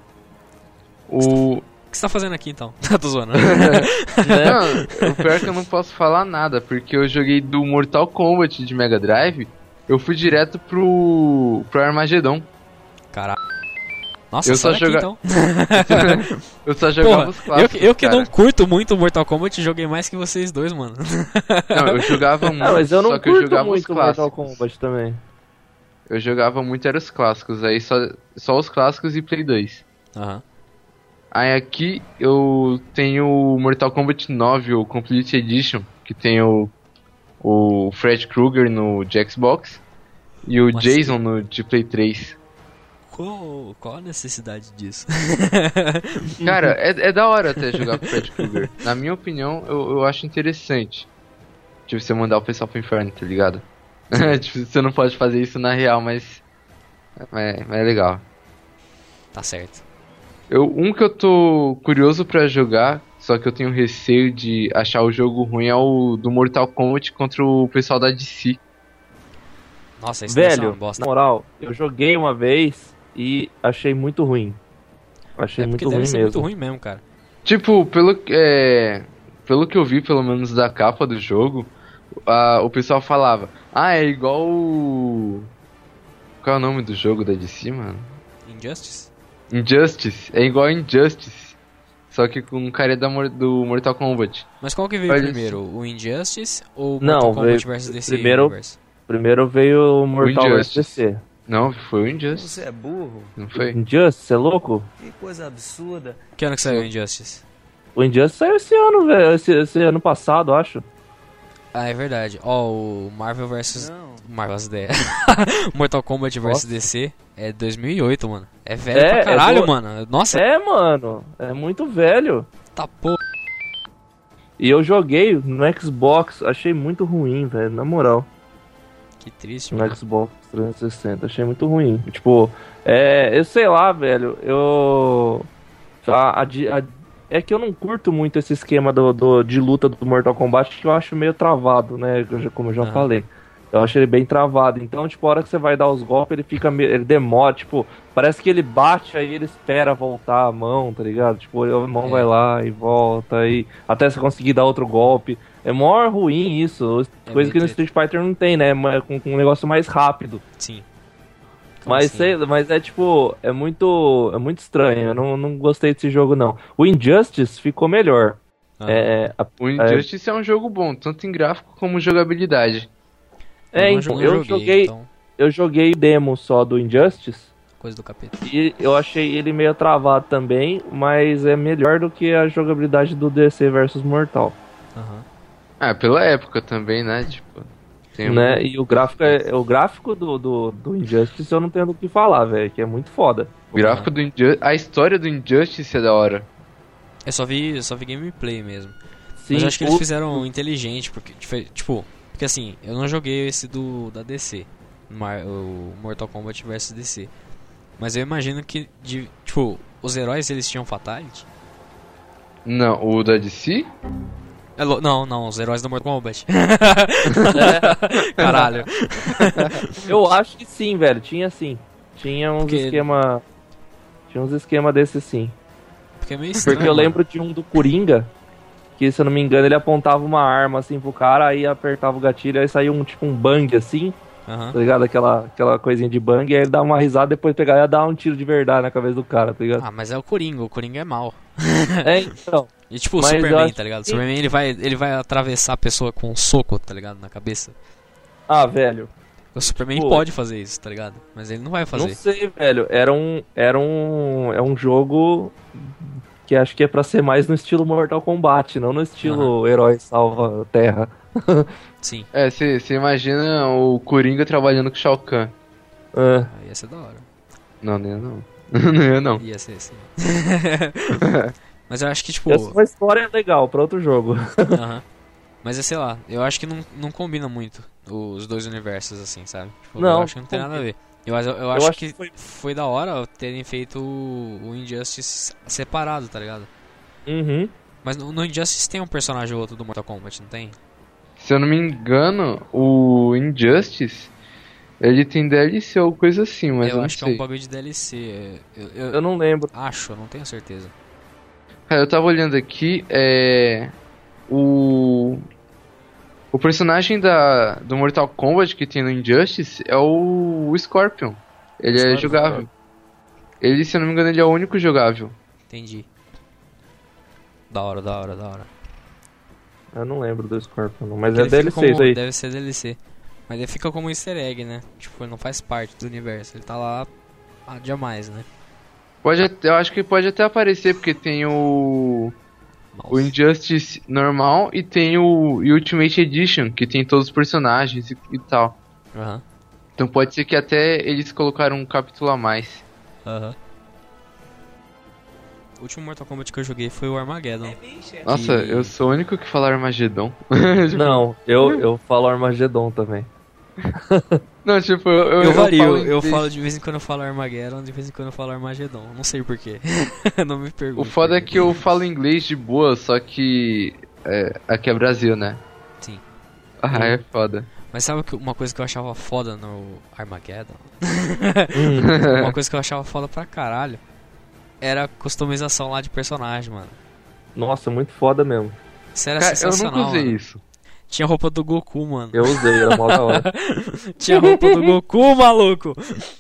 [SPEAKER 2] O.
[SPEAKER 1] O que você tá fazendo aqui então? Tô zoando.
[SPEAKER 3] Né?
[SPEAKER 2] Não, o pior é que eu não posso falar nada, porque eu joguei do Mortal Kombat de Mega Drive, eu fui direto pro. pro Armagedon.
[SPEAKER 1] Caralho. Nossa,
[SPEAKER 2] Eu
[SPEAKER 1] sai
[SPEAKER 2] só
[SPEAKER 1] daqui,
[SPEAKER 2] joga-
[SPEAKER 1] então.
[SPEAKER 2] eu só jogava
[SPEAKER 1] Porra,
[SPEAKER 2] os clássicos.
[SPEAKER 1] eu, que- eu que
[SPEAKER 2] cara.
[SPEAKER 1] não curto muito Mortal Kombat, joguei mais que vocês dois, mano.
[SPEAKER 2] Não, eu jogava
[SPEAKER 1] Hum,
[SPEAKER 2] muito,
[SPEAKER 3] Ah, mas eu
[SPEAKER 2] só
[SPEAKER 3] não
[SPEAKER 2] que eu
[SPEAKER 3] curto
[SPEAKER 2] jogava os
[SPEAKER 3] muito Mortal
[SPEAKER 2] clássicos.
[SPEAKER 3] Kombat também.
[SPEAKER 2] Eu jogava muito era os clássicos, aí só, só os clássicos e Play 2.
[SPEAKER 1] Aham.
[SPEAKER 2] Aí aqui eu tenho o Mortal Kombat 9, o Complete Edition, que tem o, o Fred Krueger no de Xbox e o
[SPEAKER 1] Nossa.
[SPEAKER 2] Jason no de Play 3.
[SPEAKER 1] Qual, qual a necessidade disso?
[SPEAKER 3] Uhum.
[SPEAKER 2] Cara, é, é da hora até jogar com o Fred Krueger. Na minha opinião, eu, eu acho interessante. Tipo, você mandar o pessoal pro inferno, tá ligado? tipo, você não pode fazer isso na real, mas. É, mas é legal.
[SPEAKER 1] tá certo.
[SPEAKER 2] Eu, um que eu tô curioso pra jogar, só que eu tenho receio de achar o jogo ruim, é o do Mortal Kombat contra o pessoal da DC.
[SPEAKER 1] Nossa, isso deve ser
[SPEAKER 3] Velho,
[SPEAKER 1] uma bosta.
[SPEAKER 3] na moral, eu joguei uma vez e achei muito ruim. Achei
[SPEAKER 1] é porque
[SPEAKER 3] muito ruim
[SPEAKER 1] deve
[SPEAKER 3] mesmo.
[SPEAKER 1] ser muito ruim mesmo, cara.
[SPEAKER 2] Tipo, pelo, é, pelo que eu vi, pelo menos da capa do jogo, a- o pessoal falava: Ah, é igual o. Qual é o nome do jogo da DC, mano?
[SPEAKER 1] Injustice?
[SPEAKER 2] Injustice. É igual a Injustice. Só que com cara da, mor- do Mortal Kombat.
[SPEAKER 1] Mas qual que veio
[SPEAKER 2] Olha
[SPEAKER 1] primeiro? O Injustice ou o
[SPEAKER 3] Não,
[SPEAKER 1] Mortal Kombat
[SPEAKER 3] veio-
[SPEAKER 1] vs DC
[SPEAKER 3] primeiro-
[SPEAKER 1] Universe?
[SPEAKER 3] Primeiro veio o Mortal
[SPEAKER 2] Injustice.
[SPEAKER 3] SDC.
[SPEAKER 2] Não, foi o Injustice,
[SPEAKER 5] Você é burro?
[SPEAKER 2] não foi?
[SPEAKER 3] Injustice, você é louco?
[SPEAKER 5] Que coisa absurda.
[SPEAKER 1] Que ano que saiu o Injustice?
[SPEAKER 3] O Injustice saiu esse ano, velho. Esse, esse ano passado, eu acho.
[SPEAKER 1] Ah, é verdade. Ó, o Marvel vs...
[SPEAKER 5] Não.
[SPEAKER 1] Marvel vs. DC. Mortal Kombat vs
[SPEAKER 3] Nossa.
[SPEAKER 1] DC é 2008, mano. É velho
[SPEAKER 3] É,
[SPEAKER 1] pra
[SPEAKER 3] é
[SPEAKER 1] caralho,
[SPEAKER 3] do-
[SPEAKER 1] mano. Nossa,
[SPEAKER 3] É, mano. É muito velho.
[SPEAKER 1] tá porra.
[SPEAKER 3] E eu joguei no Xbox. Achei muito ruim, velho. Na moral.
[SPEAKER 1] Que triste, mano.
[SPEAKER 3] No Xbox 360. Achei muito ruim. Tipo, é. Eu sei lá, velho. Eu. a- a di- a- é que eu não curto muito esse esquema do, do- de luta do Mortal Kombat, que eu acho meio travado, né? que eu já- Como eu já
[SPEAKER 1] Aham.
[SPEAKER 3] falei. Eu acho ele bem travado. Então, tipo, a hora que você vai dar os golpes, ele fica meio. Ele demora, tipo, parece que ele bate aí ele espera voltar a mão, tá ligado? Tipo, a mão
[SPEAKER 1] É.
[SPEAKER 3] vai lá e volta e. Até você conseguir dar outro golpe. É mó ruim isso.
[SPEAKER 1] É
[SPEAKER 3] coisa que
[SPEAKER 1] meio
[SPEAKER 3] no Street Fighter não tem, né? Ma- Com, com um negócio mais rápido.
[SPEAKER 1] Sim. Como
[SPEAKER 3] Mas,
[SPEAKER 1] assim?
[SPEAKER 3] sei, mas é tipo, é muito. É muito estranho. Eu não, não gostei desse jogo, não. O Injustice ficou melhor.
[SPEAKER 1] Ah.
[SPEAKER 3] É, é, a-
[SPEAKER 2] O Injustice é um jogo bom, tanto em gráfico como jogabilidade.
[SPEAKER 3] é,
[SPEAKER 1] não
[SPEAKER 3] então,
[SPEAKER 1] jo-
[SPEAKER 3] eu joguei.
[SPEAKER 1] então,
[SPEAKER 3] Eu joguei demo só do Injustice.
[SPEAKER 1] coisa do capeta.
[SPEAKER 3] E eu achei ele meio travado também, mas é melhor do que a jogabilidade do DC versus Mortal,
[SPEAKER 1] Aham.
[SPEAKER 2] Ah, pela época também, né? Tipo,
[SPEAKER 1] É
[SPEAKER 2] tem um-
[SPEAKER 3] né? E o gráfico, é, o gráfico do, do, do Injustice eu não tenho do que falar, velho, que é muito foda.
[SPEAKER 2] o gráfico do Injustice. A história do Injustice é da hora.
[SPEAKER 1] Eu só vi, eu só vi gameplay mesmo.
[SPEAKER 3] Sim,
[SPEAKER 1] Mas eu acho que eles
[SPEAKER 3] o-
[SPEAKER 1] fizeram inteligente, porque, dife- tipo, porque assim, eu não joguei esse do da DC, Mar- o Mortal Kombat vs DC. Mas eu imagino que, de, tipo, os heróis eles tinham Fatality?
[SPEAKER 2] Não, o da DC?
[SPEAKER 1] É lo- não, não, os heróis do Mortal Kombat. Caralho.
[SPEAKER 3] eu acho que sim, velho, tinha sim. Tinha uns
[SPEAKER 1] Porque-
[SPEAKER 3] esquema tinha uns esquema desse sim.
[SPEAKER 1] Porque é meio estranho.
[SPEAKER 3] Porque eu
[SPEAKER 1] mano.
[SPEAKER 3] lembro de um do Coringa, que se eu não me engano, ele apontava uma arma assim pro cara, aí apertava o gatilho, aí saía um tipo um bang assim.
[SPEAKER 1] Aham.
[SPEAKER 3] tá ligado? Aquela, aquela coisinha de bang, e aí ele dá uma risada, depois pegar e dar um tiro de verdade na cabeça do cara, tá ligado?
[SPEAKER 1] Ah, mas é o Coringa, o Coringa é mal.
[SPEAKER 3] É, então.
[SPEAKER 1] E tipo o
[SPEAKER 3] Mas eu
[SPEAKER 1] Superman,
[SPEAKER 3] acho
[SPEAKER 1] tá ligado? O
[SPEAKER 3] que-
[SPEAKER 1] Superman ele vai, ele vai atravessar a pessoa com um soco, tá ligado? Na cabeça.
[SPEAKER 3] Ah, velho.
[SPEAKER 1] O Superman
[SPEAKER 3] Tipo-
[SPEAKER 1] pode fazer isso, tá ligado? Mas ele não vai fazer.
[SPEAKER 3] Não sei, velho. Era um. Era um. É um jogo que acho que é pra ser mais no estilo Mortal Kombat, não no estilo herói salva a terra.
[SPEAKER 1] Sim,
[SPEAKER 2] É, você imagina o Coringa trabalhando com o Shao Kahn.
[SPEAKER 3] Ah,
[SPEAKER 1] aí ia ser da hora.
[SPEAKER 2] Não, não ia não. não ia não.
[SPEAKER 1] Ia ser assim. Mas eu acho que, tipo.
[SPEAKER 3] Essa é uma história legal pra outro jogo.
[SPEAKER 1] aham. Mas é sei lá, eu acho que não, não combina muito os dois universos, assim, sabe? Tipo,
[SPEAKER 3] Não,
[SPEAKER 1] eu acho que não tem nada a ver. Eu, eu, eu acho que foi... da hora terem feito o o Injustice separado, tá ligado?
[SPEAKER 3] Uhum.
[SPEAKER 1] Mas no, no Injustice tem um personagem ou outro do Mortal Kombat, não tem?
[SPEAKER 2] Se eu não me engano, o Injustice, ele tem DLC ou coisa assim, mas eu,
[SPEAKER 1] eu
[SPEAKER 2] não
[SPEAKER 1] acho que é
[SPEAKER 2] sei.
[SPEAKER 1] um bagulho de DLC. Eu, eu-
[SPEAKER 3] Eu não lembro.
[SPEAKER 1] acho, eu não tenho certeza.
[SPEAKER 2] Cara, eu tava olhando aqui, é. O. O personagem da, do Mortal Kombat que tem no Injustice é o, o Scorpion. Ele é
[SPEAKER 1] Scorpion,
[SPEAKER 2] jogável. Ele, se eu não me engano, ele é o único jogável.
[SPEAKER 1] Entendi. Da hora, da hora, da hora.
[SPEAKER 3] Eu não lembro do Scorpion, não, mas
[SPEAKER 1] Ele
[SPEAKER 3] é
[SPEAKER 1] fica
[SPEAKER 3] DLC isso
[SPEAKER 1] como-
[SPEAKER 3] aí.
[SPEAKER 1] Deve ser DLC. Mas ele fica como easter egg, né? Tipo, ele não faz parte do universo. Ele tá lá há jamais, né?
[SPEAKER 2] Pode, até- eu acho que pode até aparecer, porque tem o. O
[SPEAKER 1] Mouse.
[SPEAKER 2] Injustice normal e tem o Ultimate Edition, que tem todos os personagens e, e tal.
[SPEAKER 1] Aham.
[SPEAKER 2] Então pode ser que até eles colocaram um capítulo a mais.
[SPEAKER 1] Aham. O último Mortal Kombat que eu joguei foi o Armageddon.
[SPEAKER 2] Nossa,
[SPEAKER 1] E-
[SPEAKER 2] eu sou o único que fala Armagedon.
[SPEAKER 3] Não, eu, eu falo Armagedon também.
[SPEAKER 2] Não, tipo, eu, eu,
[SPEAKER 1] Eu, vario,
[SPEAKER 2] falo em
[SPEAKER 1] eu
[SPEAKER 2] inglês.
[SPEAKER 1] falo de vez em quando eu falo Armageddon, de vez em quando eu falo Armageddon. Não sei porquê. não me
[SPEAKER 2] O
[SPEAKER 1] pergunto.
[SPEAKER 2] foda é que eu falo inglês de boa, só que. É, aqui é Brasil, né?
[SPEAKER 1] Sim.
[SPEAKER 2] Ah, é foda.
[SPEAKER 1] Mas sabe que uma coisa que eu achava foda no Armageddon?
[SPEAKER 3] Hum,
[SPEAKER 1] Uma coisa que eu achava foda pra caralho era a customização lá de personagem, mano.
[SPEAKER 3] nossa, muito foda mesmo.
[SPEAKER 1] Isso era
[SPEAKER 2] Cara, eu
[SPEAKER 1] sensacional. né?
[SPEAKER 2] nunca usei
[SPEAKER 1] mano.
[SPEAKER 2] isso.
[SPEAKER 1] Tinha roupa do Goku, mano.
[SPEAKER 3] Eu usei, era mó da hora.
[SPEAKER 1] Tinha roupa do Goku, maluco.
[SPEAKER 3] O
[SPEAKER 1] Isso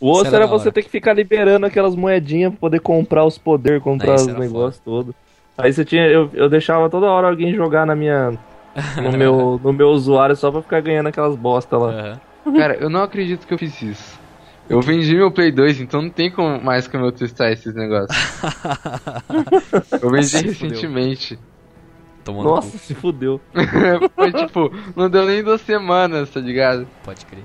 [SPEAKER 3] osso
[SPEAKER 1] era
[SPEAKER 3] era
[SPEAKER 1] da hora.
[SPEAKER 3] você ter que ficar liberando aquelas moedinhas pra poder comprar os poderes, comprar
[SPEAKER 1] Não, isso
[SPEAKER 3] os
[SPEAKER 1] era
[SPEAKER 3] negócios todos. Aí você tinha. Eu, eu deixava toda hora alguém jogar na minha. No meu, no meu usuário só pra ficar ganhando aquelas bosta lá.
[SPEAKER 1] Aham.
[SPEAKER 2] Cara, eu não acredito que eu fiz isso. Eu vendi meu Play 2, então não tem como mais como eu testar esses negócios. eu vendi
[SPEAKER 1] Se fudeu.
[SPEAKER 2] recentemente.
[SPEAKER 1] Tomando
[SPEAKER 3] Nossa,
[SPEAKER 1] cu,
[SPEAKER 3] se fudeu.
[SPEAKER 2] Foi tipo, não deu nem duas semanas, tá ligado?
[SPEAKER 1] pode crer.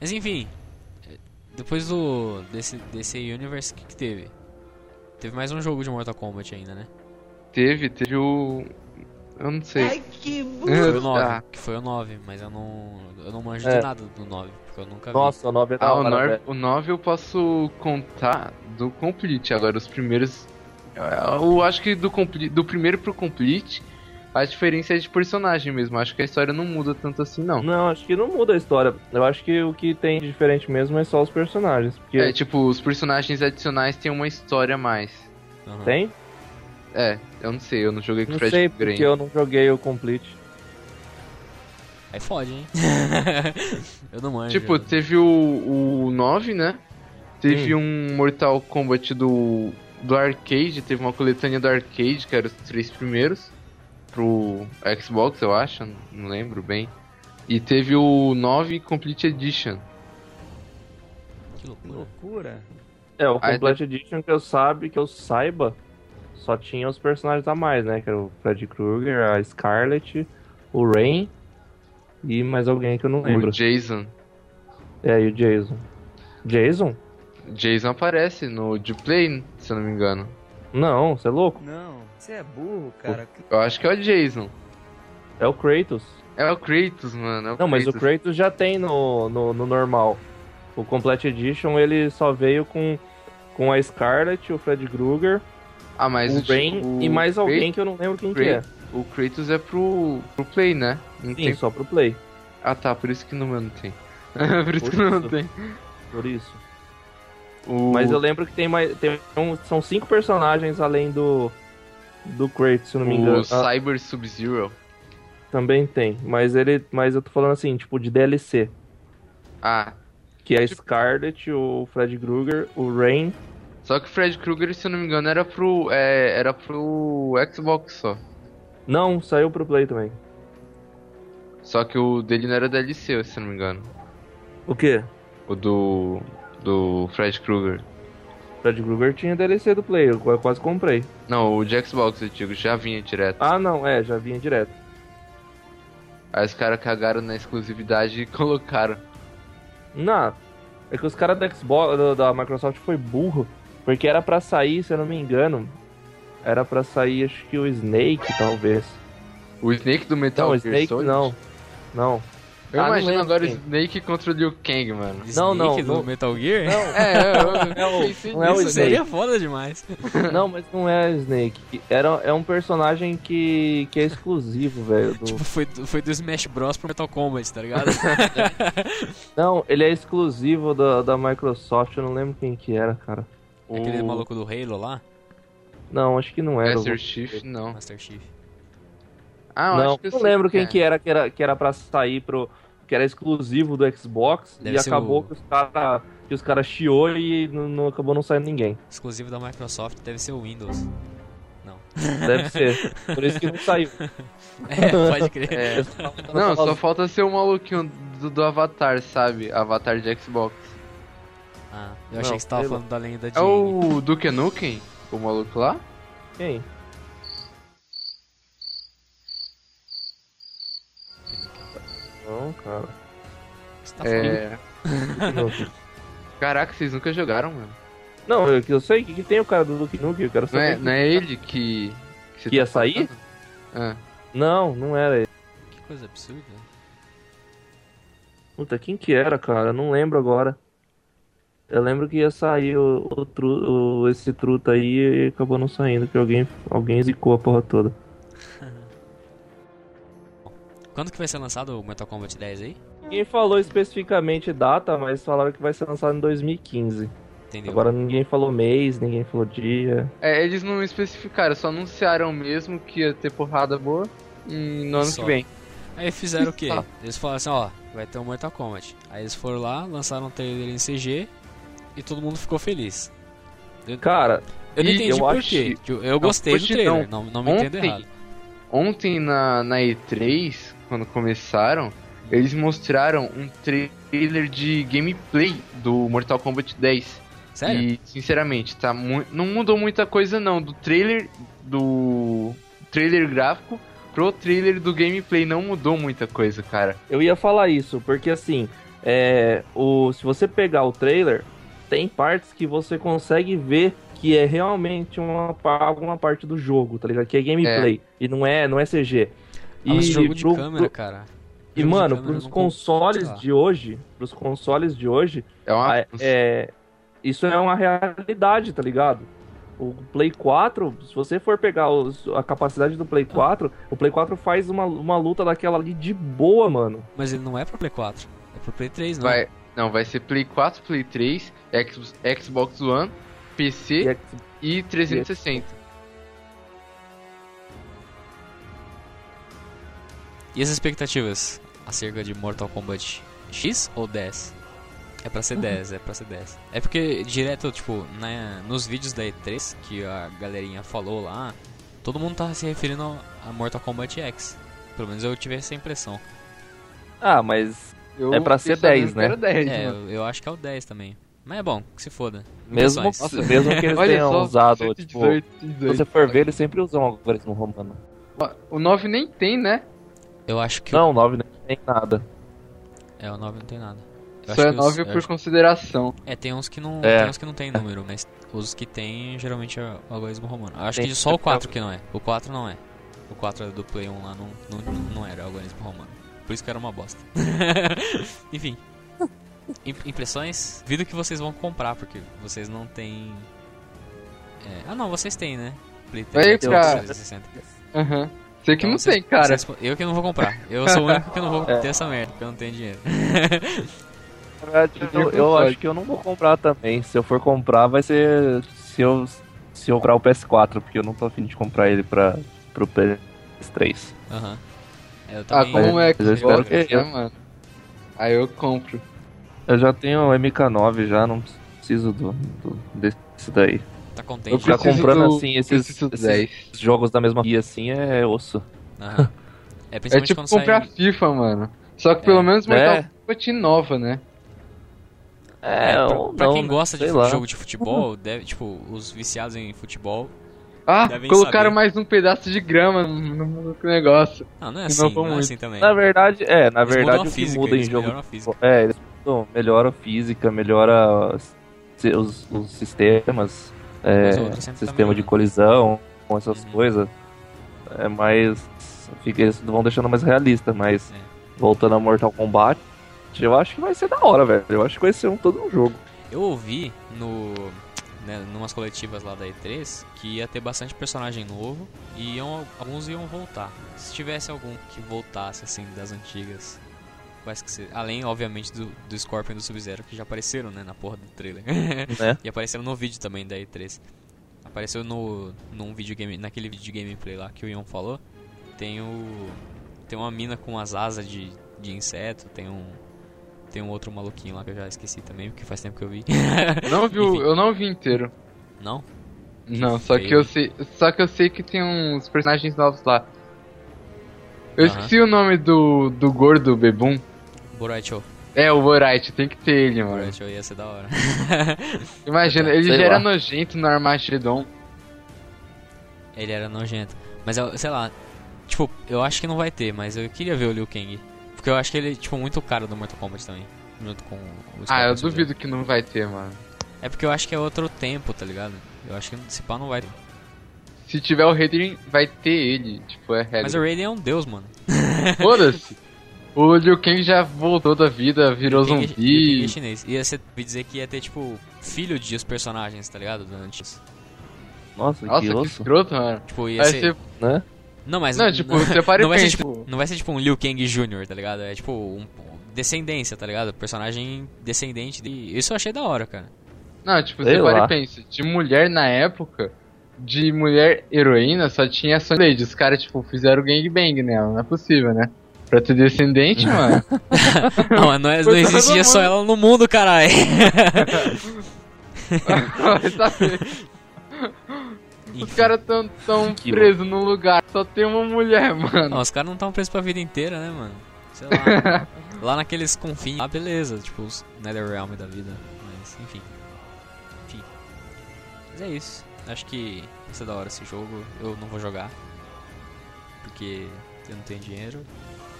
[SPEAKER 1] Mas enfim, é, depois do desse desse universe o que, que teve? Teve mais um jogo de Mortal Kombat ainda, né?
[SPEAKER 2] Teve, teve o. Eu não sei. Ai,
[SPEAKER 1] Que
[SPEAKER 2] que
[SPEAKER 1] foi o 9, que foi o 9, mas eu não eu não manjo de
[SPEAKER 3] Ah. É.
[SPEAKER 1] nada do 9, porque eu nunca vi.
[SPEAKER 3] Nossa, a 9 é da
[SPEAKER 2] Ah, o
[SPEAKER 3] hora,
[SPEAKER 2] nove-
[SPEAKER 3] velho.
[SPEAKER 2] o 9 eu posso contar do Complete agora, os primeiros. Eu acho que do, compli- do primeiro pro Complete, a diferença é de personagem mesmo. Acho que a história não muda tanto assim, não.
[SPEAKER 3] Não, acho que não muda a história. Eu acho que o que tem de diferente mesmo é só os personagens. Porque
[SPEAKER 2] É, tipo, os personagens adicionais têm uma história a mais.
[SPEAKER 1] Aham.
[SPEAKER 3] tem?
[SPEAKER 2] É, eu não sei, eu não joguei com o
[SPEAKER 3] Não
[SPEAKER 2] Fred
[SPEAKER 3] sei
[SPEAKER 2] Grey.
[SPEAKER 3] porque eu não joguei o Complete.
[SPEAKER 1] Aí fode, hein? eu não manjo.
[SPEAKER 3] é.
[SPEAKER 1] né?
[SPEAKER 2] Tipo, teve o, o 9, né? Teve um Mortal Kombat do, do arcade, teve uma coletânea do arcade, que eram os três primeiros. Pro Xbox, eu acho, n- não lembro bem. E teve o 9 Complete Edition.
[SPEAKER 1] que
[SPEAKER 5] Que
[SPEAKER 1] loucura.
[SPEAKER 5] loucura.
[SPEAKER 3] É, o
[SPEAKER 2] Aí
[SPEAKER 3] Complete Edition que eu sabe, que eu saiba, só tinha os personagens a mais, né? Que era o Fred Krueger, a Scarlet, o Rain e mais alguém que eu não lembro.
[SPEAKER 2] O Jason.
[SPEAKER 3] É, e o Jason. Jason?
[SPEAKER 2] Jason aparece no de Play, se eu não me engano.
[SPEAKER 3] Não, você é louco.
[SPEAKER 5] Não, você é burro, cara. Que-
[SPEAKER 2] Eu acho que é o Jason.
[SPEAKER 3] É o Kratos.
[SPEAKER 2] É o Kratos, mano. é
[SPEAKER 3] Não, mas o Kratos já tem no, no, no normal. O Complete Edition ele só veio com, com a Scarlet, o Fred Krueger,
[SPEAKER 2] Ah, mas
[SPEAKER 3] o Rain
[SPEAKER 2] o-
[SPEAKER 3] e mais
[SPEAKER 2] o Kratos-
[SPEAKER 3] alguém que eu não lembro quem que é.
[SPEAKER 2] Kratos- O Kratos é pro, pro Play, né? Não
[SPEAKER 3] Sim,
[SPEAKER 2] tem
[SPEAKER 3] só pro Play.
[SPEAKER 2] Ah tá, por isso que no meu não tem. por isso que no meu não tem.
[SPEAKER 3] Por isso.
[SPEAKER 2] O...
[SPEAKER 3] Mas eu lembro que tem mais. Tem um- são cinco personagens além do. Do Kratos, se eu não me engano.
[SPEAKER 2] o
[SPEAKER 3] Ah,
[SPEAKER 2] Cyber Sub-Zero.
[SPEAKER 3] também tem. Mas ele. Mas eu tô falando assim, tipo, de DLC.
[SPEAKER 2] Ah, Tipo-
[SPEAKER 3] Que é a Scarlet, o Fred Krueger, o Rain
[SPEAKER 2] Só que o Fred Krueger, se eu não me engano, era pro, é, era pro Xbox só.
[SPEAKER 3] Não, saiu pro Play também.
[SPEAKER 2] Só que o dele não era DLC, se eu não me engano.
[SPEAKER 3] O quê?
[SPEAKER 2] O do. do Fred Krueger.
[SPEAKER 3] Fred Krueger tinha DLC do Play, eu qu- quase comprei.
[SPEAKER 2] Não, o de Xbox antigo já vinha direto.
[SPEAKER 3] Ah, não, é, já vinha direto.
[SPEAKER 2] Aí os caras cagaram na exclusividade e colocaram.
[SPEAKER 3] Não, é que os caras da Xbox, da- da Microsoft foi burro, porque era pra sair, se eu não me engano, era pra sair acho que o Snake, talvez.
[SPEAKER 2] Tá, O Snake do Metal
[SPEAKER 3] não, o
[SPEAKER 2] Gear
[SPEAKER 3] Snake
[SPEAKER 2] Solid?
[SPEAKER 3] não. Não.
[SPEAKER 2] Eu
[SPEAKER 3] Ah, não
[SPEAKER 2] imagino
[SPEAKER 3] lembro
[SPEAKER 2] agora o
[SPEAKER 3] quem.
[SPEAKER 2] Snake contra o Liu Kang, mano.
[SPEAKER 3] Não, não,
[SPEAKER 1] Snake do
[SPEAKER 3] não.
[SPEAKER 1] Metal Gear?
[SPEAKER 2] É, eu, eu pensei
[SPEAKER 3] não é o
[SPEAKER 2] nisso, né?
[SPEAKER 3] Snake.
[SPEAKER 1] Seria foda demais.
[SPEAKER 3] Não, mas não é Snake. Era, é um personagem que, que é exclusivo, velho. do-
[SPEAKER 1] Tipo, foi, do- foi do Smash Bros pro Metal Kombat, tá ligado?
[SPEAKER 3] Não, ele é exclusivo da, da Microsoft, eu não lembro quem que era, cara.
[SPEAKER 1] Aquele
[SPEAKER 2] O
[SPEAKER 1] maluco do Halo lá,
[SPEAKER 3] Não, acho que não era.
[SPEAKER 2] Master Chief, não.
[SPEAKER 1] Master Chief.
[SPEAKER 2] Ah, eu
[SPEAKER 3] Não,
[SPEAKER 2] acho que eu
[SPEAKER 3] não
[SPEAKER 2] sei
[SPEAKER 3] lembro
[SPEAKER 1] É.
[SPEAKER 3] quem que é. era, que era, que era pra sair pro. que era exclusivo do Xbox
[SPEAKER 1] Deve
[SPEAKER 3] e
[SPEAKER 1] ser
[SPEAKER 3] acabou
[SPEAKER 1] o-
[SPEAKER 3] que os caras. que os caras chiou e não, não- acabou não saindo ninguém.
[SPEAKER 1] Exclusivo da Microsoft, deve ser o Windows.
[SPEAKER 3] Deve ser. Por isso que não saiu.
[SPEAKER 1] É, pode crer.
[SPEAKER 2] É. Não, só falta ser o maluquinho do, do Avatar, sabe? Avatar de Xbox.
[SPEAKER 1] Ah, eu
[SPEAKER 3] Não,
[SPEAKER 1] achei que você tava
[SPEAKER 3] sei lá.
[SPEAKER 1] falando da lenda de.
[SPEAKER 2] É o Duke Nukem? O maluco lá?
[SPEAKER 3] Quem? Não, cara.
[SPEAKER 1] Você
[SPEAKER 3] Ah,
[SPEAKER 1] tá falando-
[SPEAKER 2] É. Caraca, vocês nunca jogaram, mano.
[SPEAKER 3] Não, eu, eu sei que, que tem o cara do Duke Nukem, eu quero
[SPEAKER 2] Não
[SPEAKER 3] saber.
[SPEAKER 2] é, não é ele que. Que, você tá
[SPEAKER 3] Que ia sair?
[SPEAKER 2] falando? Ah,
[SPEAKER 3] Não, não era ele.
[SPEAKER 1] Que coisa absurda.
[SPEAKER 3] Puta, quem que era, cara? Eu não lembro agora. Eu lembro que ia sair o, o tru- o- esse truta aí e acabou não saindo, que alguém, alguém zicou a porra toda.
[SPEAKER 1] Quando que vai ser lançado o Metal Kombat 10 aí?
[SPEAKER 3] Ninguém falou especificamente data, mas falaram que vai ser lançado em 2015.
[SPEAKER 1] Entendeu?
[SPEAKER 3] Agora ninguém falou mês, ninguém falou dia.
[SPEAKER 2] É, eles não especificaram, só anunciaram mesmo que ia ter porrada boa hum, no ano
[SPEAKER 1] Só.
[SPEAKER 2] que vem.
[SPEAKER 1] Aí fizeram o quê?
[SPEAKER 2] Ah.
[SPEAKER 1] Eles falaram assim, ó, vai ter um Mortal Kombat. Aí eles foram lá, lançaram um trailer em CG e todo mundo ficou feliz.
[SPEAKER 3] Cara,
[SPEAKER 1] Eu não
[SPEAKER 2] E
[SPEAKER 1] entendi
[SPEAKER 2] eu
[SPEAKER 1] por
[SPEAKER 2] achei-
[SPEAKER 1] quê. Tipo, Eu gostei do
[SPEAKER 2] hoje
[SPEAKER 1] trailer, não, não me entendo
[SPEAKER 2] Ontem-
[SPEAKER 1] errado.
[SPEAKER 2] Ontem na, na E3, quando começaram, eles mostraram um trailer de gameplay do Mortal Kombat 10.
[SPEAKER 1] Sério?
[SPEAKER 2] E, sinceramente, tá mu- não mudou muita coisa não, do trailer do trailer gráfico pro trailer do gameplay não mudou muita coisa, cara.
[SPEAKER 3] eu ia falar isso, porque assim, é, o, se você pegar o trailer, tem partes que você consegue ver que é realmente uma, pa- alguma parte do jogo, tá ligado? Que é gameplay e não é, não é CG.
[SPEAKER 1] Ah, mas jogo de
[SPEAKER 3] pro-
[SPEAKER 1] câmera,
[SPEAKER 3] pro-
[SPEAKER 1] cara.
[SPEAKER 3] e
[SPEAKER 1] Jogo de
[SPEAKER 3] mano,
[SPEAKER 1] câmera
[SPEAKER 3] pros
[SPEAKER 1] não- sei
[SPEAKER 3] consoles
[SPEAKER 1] lá.
[SPEAKER 3] de hoje, pros consoles de hoje,
[SPEAKER 2] É uma
[SPEAKER 3] Ah, é, isso é uma realidade, tá ligado? O Play 4, se você for pegar os- a capacidade do Play 4, o Play 4 faz uma, uma luta daquela ali de boa, mano.
[SPEAKER 1] Mas ele não é pro Play 4. É pro Play 3, não.
[SPEAKER 2] vai não, vai ser Play 4, Play 3, X- Xbox One,
[SPEAKER 3] E
[SPEAKER 2] PC
[SPEAKER 3] é-
[SPEAKER 2] e 360.
[SPEAKER 1] E as expectativas acerca de Mortal Kombat X ou 10? É pra ser
[SPEAKER 2] Uhum.
[SPEAKER 1] 10, é pra ser 10. É porque direto, tipo, né, nos vídeos da E3 que a galerinha falou lá, todo mundo tava se referindo ao- a Mortal Kombat X. Pelo menos eu tive essa impressão.
[SPEAKER 3] Ah, mas
[SPEAKER 2] Eu
[SPEAKER 3] É pra ser
[SPEAKER 2] fiquei sabendo
[SPEAKER 3] 10,
[SPEAKER 2] que
[SPEAKER 3] né?
[SPEAKER 2] era 10,
[SPEAKER 1] É,
[SPEAKER 2] mano.
[SPEAKER 1] eu, eu acho que é o 10 também. Mas é bom, que se foda.
[SPEAKER 3] mesmo,
[SPEAKER 1] Impressões.
[SPEAKER 3] mesmo que eles
[SPEAKER 2] Olha
[SPEAKER 3] tenham
[SPEAKER 2] só,
[SPEAKER 3] usado, tipo,
[SPEAKER 2] 118,
[SPEAKER 3] se você for ver, eles sempre usam algoritmo romano.
[SPEAKER 2] O 9 nem tem, né?
[SPEAKER 1] Eu acho que.
[SPEAKER 3] Não, 9 não tem nada.
[SPEAKER 1] É, o 9 não tem nada. Eu acho
[SPEAKER 2] Só é
[SPEAKER 1] que os-
[SPEAKER 2] 9
[SPEAKER 1] eu
[SPEAKER 2] por
[SPEAKER 1] acho-
[SPEAKER 2] consideração.
[SPEAKER 1] É, tem uns que não.
[SPEAKER 3] É.
[SPEAKER 1] Tem uns que não tem número, mas os que tem geralmente é o algoritmo romano. Eu Acho
[SPEAKER 3] Tem. um.
[SPEAKER 1] que só o 4 que não é. O 4 não é. O 4 do Play 1 lá não, não, não era algoritmo romano. Por isso que era uma bosta. Enfim. Im- Impressões? Duvido que vocês vão comprar, porque vocês não têm. é, Ah não, vocês têm, né? Play
[SPEAKER 2] Vai
[SPEAKER 1] 3,
[SPEAKER 2] pra-
[SPEAKER 1] Xbox 360.
[SPEAKER 2] Aham. Sei que
[SPEAKER 1] Então,
[SPEAKER 2] não
[SPEAKER 1] vocês-
[SPEAKER 2] tem, cara. É.
[SPEAKER 1] vocês- eu que não vou comprar. Eu sou o único que não vou ter essa merda, porque eu não tenho dinheiro.
[SPEAKER 3] Na verdade,
[SPEAKER 2] Eu
[SPEAKER 3] eu,
[SPEAKER 2] fico
[SPEAKER 3] eu
[SPEAKER 2] só.
[SPEAKER 3] acho que eu não vou comprar também. Se eu for comprar, vai ser se eu, se eu comprar o PS4, porque eu não tô afim de comprar ele pra, pro PS3.
[SPEAKER 1] Aham. É, eu
[SPEAKER 2] Ah,
[SPEAKER 1] também-
[SPEAKER 2] como é
[SPEAKER 3] Mas eu espero
[SPEAKER 2] Xbox,
[SPEAKER 3] que-
[SPEAKER 2] né, mano? Aí eu compro.
[SPEAKER 3] Eu já tenho o MK9 já, não preciso do, do desse Isso daí.
[SPEAKER 1] Tá
[SPEAKER 3] Eu
[SPEAKER 1] contente?
[SPEAKER 3] ficar
[SPEAKER 2] preciso
[SPEAKER 3] comprando
[SPEAKER 2] do-
[SPEAKER 3] assim esses,
[SPEAKER 2] preciso do É
[SPEAKER 3] esses
[SPEAKER 2] 10.
[SPEAKER 3] jogos da mesma guia assim é osso.
[SPEAKER 1] Aham. É
[SPEAKER 2] É
[SPEAKER 1] principalmente
[SPEAKER 2] tipo
[SPEAKER 1] quando sai.
[SPEAKER 2] comprar FIFA, mano. Só que pelo menos Mortal
[SPEAKER 3] É.
[SPEAKER 2] Kombat inova, né?
[SPEAKER 3] É,
[SPEAKER 1] pra,
[SPEAKER 3] ou
[SPEAKER 1] pra
[SPEAKER 3] não,
[SPEAKER 1] quem
[SPEAKER 3] né?
[SPEAKER 1] gosta de
[SPEAKER 3] Sei
[SPEAKER 1] fu-
[SPEAKER 3] lá.
[SPEAKER 1] jogo de futebol, deve, tipo, os viciados em futebol.
[SPEAKER 2] Ah,
[SPEAKER 1] Devem
[SPEAKER 2] colocaram
[SPEAKER 1] saber.
[SPEAKER 2] mais um pedaço de grama no, no negócio.
[SPEAKER 1] Não, não é
[SPEAKER 2] Não
[SPEAKER 1] assim,
[SPEAKER 2] vou
[SPEAKER 1] não é
[SPEAKER 2] muito.
[SPEAKER 1] assim também.
[SPEAKER 3] Na verdade, é, na
[SPEAKER 1] Eles mudam
[SPEAKER 3] verdade
[SPEAKER 1] a
[SPEAKER 3] o que
[SPEAKER 1] física,
[SPEAKER 3] muda em
[SPEAKER 1] eles
[SPEAKER 3] jogo
[SPEAKER 1] melhoram a física.
[SPEAKER 3] É, eles mudam, melhora a física, melhora as- se- os, os sistemas, é,
[SPEAKER 1] Mas o outro sempre tá
[SPEAKER 3] sistema de
[SPEAKER 1] melhorando.
[SPEAKER 3] colisão, com essas
[SPEAKER 1] Uhum.
[SPEAKER 3] coisas. É mais. Fica, eles vão deixando mais realista, mas
[SPEAKER 1] É.
[SPEAKER 3] voltando a Mortal Kombat, eu acho que vai ser da hora, velho. Eu acho que vai ser um todo um jogo.
[SPEAKER 1] Eu ouvi no. Né, numas coletivas lá da E3 que ia ter bastante personagem novo e iam- alguns iam voltar. Se tivesse algum que voltasse assim das antigas. Quais que se- Além, obviamente, do, do Scorpion e do Sub-Zero que já apareceram, né, na porra do trailer.
[SPEAKER 3] Né?
[SPEAKER 1] e apareceram no vídeo também da E3. Apareceu no num videogame, naquele vídeo de gameplay lá que o Ion falou. Tem o tem uma mina com as asas de, de inseto, tem um tem um outro maluquinho lá que eu já esqueci também, porque faz tempo que eu vi.
[SPEAKER 2] Eu não vi, o-
[SPEAKER 1] Enfim.
[SPEAKER 2] eu não vi inteiro.
[SPEAKER 1] Não?
[SPEAKER 2] Não, só que
[SPEAKER 1] feio.
[SPEAKER 2] eu sei, só que eu sei que tem uns personagens novos lá. Eu
[SPEAKER 1] Aham.
[SPEAKER 2] esqueci o nome do, do gordo Bebum.
[SPEAKER 1] Boraicho.
[SPEAKER 2] É, o Borat, tem que ter ele, mano.
[SPEAKER 1] Boraicho ia ser da hora.
[SPEAKER 2] Imagina, ele
[SPEAKER 3] Sei
[SPEAKER 2] já era
[SPEAKER 3] lá.
[SPEAKER 2] nojento no Armagedon.
[SPEAKER 1] Ele era nojento. Mas eu- sei lá, tipo, eu acho que não vai ter, mas eu queria ver o Liu Kang. Porque eu acho que ele é, tipo, muito caro do Mortal Kombat também. Junto com o
[SPEAKER 2] Ah,
[SPEAKER 1] Scorpion
[SPEAKER 2] eu
[SPEAKER 1] Sub-Zero.
[SPEAKER 2] duvido que não vai ter, mano.
[SPEAKER 1] É porque eu acho que é outro tempo, tá ligado? Eu acho que se pá não vai ter.
[SPEAKER 2] Se tiver o Raiden, vai ter ele. Tipo, é regra.
[SPEAKER 1] Mas o Raiden é um deus, mano.
[SPEAKER 2] Foda-se. O Liu Kang já voltou da vida, virou
[SPEAKER 1] Liu Kang é- Liu Kang
[SPEAKER 2] zumbi.
[SPEAKER 1] é chinês. Ia, ser, ia dizer que ia ter, tipo, filho de os personagens, tá ligado? Do Antes.
[SPEAKER 3] Nossa,
[SPEAKER 2] Nossa,
[SPEAKER 3] que
[SPEAKER 2] que
[SPEAKER 3] osso,
[SPEAKER 2] escroto, mano.
[SPEAKER 1] Tipo, ia
[SPEAKER 2] Vai
[SPEAKER 1] ser...
[SPEAKER 2] ser...
[SPEAKER 3] né?
[SPEAKER 1] Não, mas...
[SPEAKER 2] Não, tipo, você para
[SPEAKER 1] não
[SPEAKER 2] e
[SPEAKER 1] vai ser,
[SPEAKER 2] pensa,
[SPEAKER 1] tipo,
[SPEAKER 2] tipo...
[SPEAKER 1] não vai ser tipo um Liu Kang Jr., tá ligado? É tipo um... Descendência, tá ligado? Personagem descendente. E isso eu achei da hora, cara.
[SPEAKER 2] Não, tipo,
[SPEAKER 3] Sei
[SPEAKER 2] você para
[SPEAKER 3] lá.
[SPEAKER 2] e pensa. De mulher na época, de mulher heroína, só tinha a Sony Blade. Os caras, tipo, fizeram gangbang nela. Não é possível, né? Pra ter descendente, mano.
[SPEAKER 1] Não, mas não, é- não
[SPEAKER 2] Coisa do
[SPEAKER 1] existia só
[SPEAKER 2] mundo.
[SPEAKER 1] ela no mundo, caralho.
[SPEAKER 2] Vai saber. Os caras tão, tão
[SPEAKER 3] Que
[SPEAKER 2] presos num lugar. Só tem uma mulher, mano.
[SPEAKER 1] Não, os caras não estavam presos pra vida inteira, né, mano? Sei lá. lá naqueles confins. Ah, beleza. Tipo, os Netherrealm da vida. Mas, enfim. Enfim. Mas é isso. Acho que vai ser da hora esse jogo. Eu não vou jogar. Porque eu não tenho dinheiro.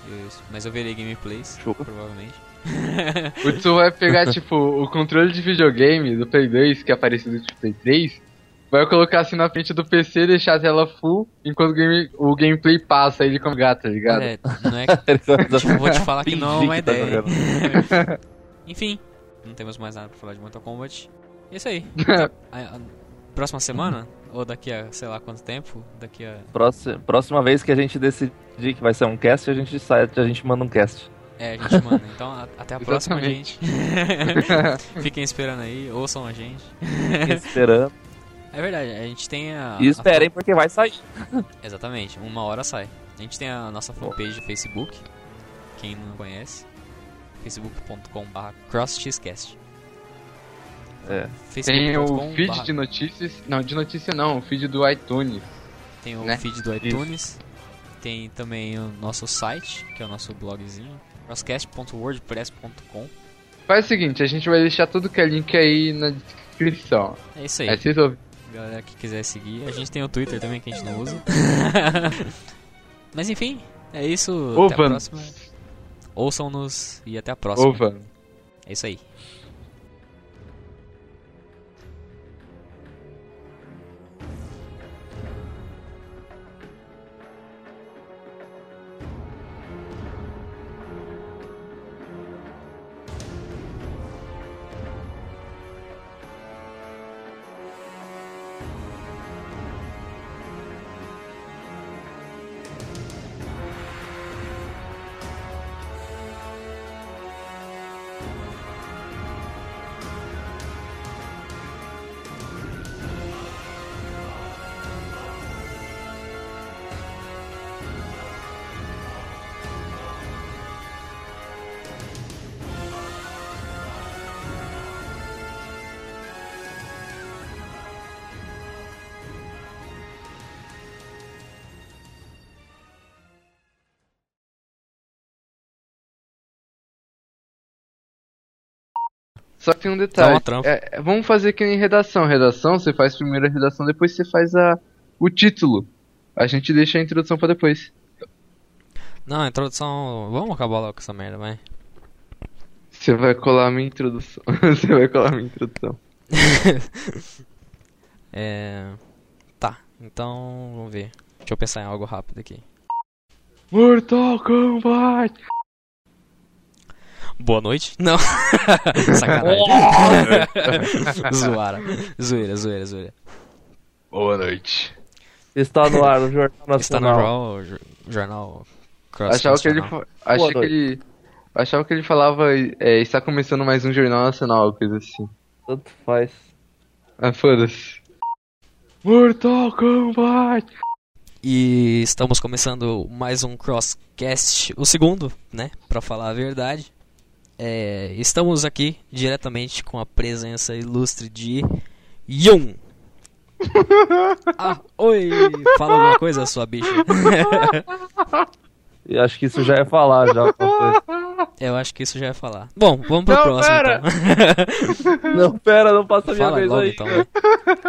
[SPEAKER 1] Eu- mas eu verei gameplays,
[SPEAKER 3] Chupa.
[SPEAKER 1] provavelmente.
[SPEAKER 2] O Tsu vai pegar, tipo, o controle de videogame do Play 2, que é parecido com o Play 3, vai colocar assim na frente do PC, deixar a tela full, enquanto o, game- o gameplay passa, ele come gato, tá ligado?
[SPEAKER 1] Olha, não é que Tipo, vou te falar que não é uma
[SPEAKER 3] Fingir que tá
[SPEAKER 1] ideia.
[SPEAKER 3] jogando.
[SPEAKER 1] Enfim, não temos mais nada pra falar de Mortal Kombat. E é isso aí. Até a- a- próxima semana? Ou daqui a sei lá quanto tempo? Daqui a.
[SPEAKER 3] Próxima, próxima vez que a gente decidir que vai ser um cast, a gente sai, a gente manda um cast.
[SPEAKER 1] É, a gente manda. Então a- até a próxima, gente. Fiquem esperando aí, ouçam a gente.
[SPEAKER 3] Fiquem esperando.
[SPEAKER 1] É verdade, a gente tem a. tá.
[SPEAKER 3] E esperem porque vai sair.
[SPEAKER 1] a- exatamente, uma hora sai. A gente tem a nossa fanpage do Facebook. Quem não conhece, facebook.com.br crosschcast.
[SPEAKER 3] É.
[SPEAKER 2] Tem o
[SPEAKER 1] facebook.com.br
[SPEAKER 2] feed de notícias. Não, de notícia não, o feed do iTunes.
[SPEAKER 1] Tem o
[SPEAKER 2] né?
[SPEAKER 1] feed do iTunes. Tem também o nosso site, que é o nosso blogzinho. crosscast.wordpress.com
[SPEAKER 2] Faz o seguinte, a gente vai deixar tudo que é link aí na descrição.
[SPEAKER 1] É isso aí.
[SPEAKER 2] Aí vocês ouvem.
[SPEAKER 1] Galera que quiser seguir. A gente tem o Twitter também, que a gente não usa. Mas enfim, é isso. Até a
[SPEAKER 2] Ouvam.
[SPEAKER 1] próxima. Ouçam-nos e até a próxima.
[SPEAKER 2] Ouvam.
[SPEAKER 1] É isso aí.
[SPEAKER 2] Só que tem um detalhe.
[SPEAKER 1] Dá uma trampa.
[SPEAKER 2] É, é, vamos fazer que nem redação. Redação, você faz primeiro a redação, depois você faz a, o título. A gente deixa a introdução pra depois.
[SPEAKER 1] Não, a introdução. Vamos acabar logo com essa merda, vai.
[SPEAKER 2] Você vai colar a minha introdução. você vai colar a minha introdução.
[SPEAKER 1] é. Tá, então vamos ver. Deixa eu pensar em algo rápido aqui.
[SPEAKER 2] Mortal Kombat!
[SPEAKER 1] Boa noite? Não. Sacanagem. Zoara. Zoeira, zoeira, zoeira.
[SPEAKER 2] Boa noite.
[SPEAKER 3] Está no ar o Jornal Nacional.
[SPEAKER 1] Está no jornal, jor- jornal Cross
[SPEAKER 2] Achava que, ele,
[SPEAKER 1] Nacional.
[SPEAKER 2] fa- achei que
[SPEAKER 3] noite.
[SPEAKER 2] ele. Achava que ele falava. é, está começando mais um Jornal Nacional, coisa assim.
[SPEAKER 3] Tanto faz.
[SPEAKER 2] Ah, foda-se. Mortal Kombat!
[SPEAKER 1] E estamos começando mais um Crosscast, o segundo, né? Pra falar a verdade. É, estamos aqui diretamente com a presença ilustre de Yun. Ah, oi! Fala alguma coisa, sua bicha.
[SPEAKER 3] E acho que isso já é falar já. alguma coisa.
[SPEAKER 1] Eu acho que isso já ia falar. Bom, vamos pro
[SPEAKER 2] Não,
[SPEAKER 1] próximo
[SPEAKER 2] pera.
[SPEAKER 1] então.
[SPEAKER 3] Não, pera, não passa a minha
[SPEAKER 1] Fala
[SPEAKER 3] vez
[SPEAKER 1] logo
[SPEAKER 3] aí.
[SPEAKER 1] então. né?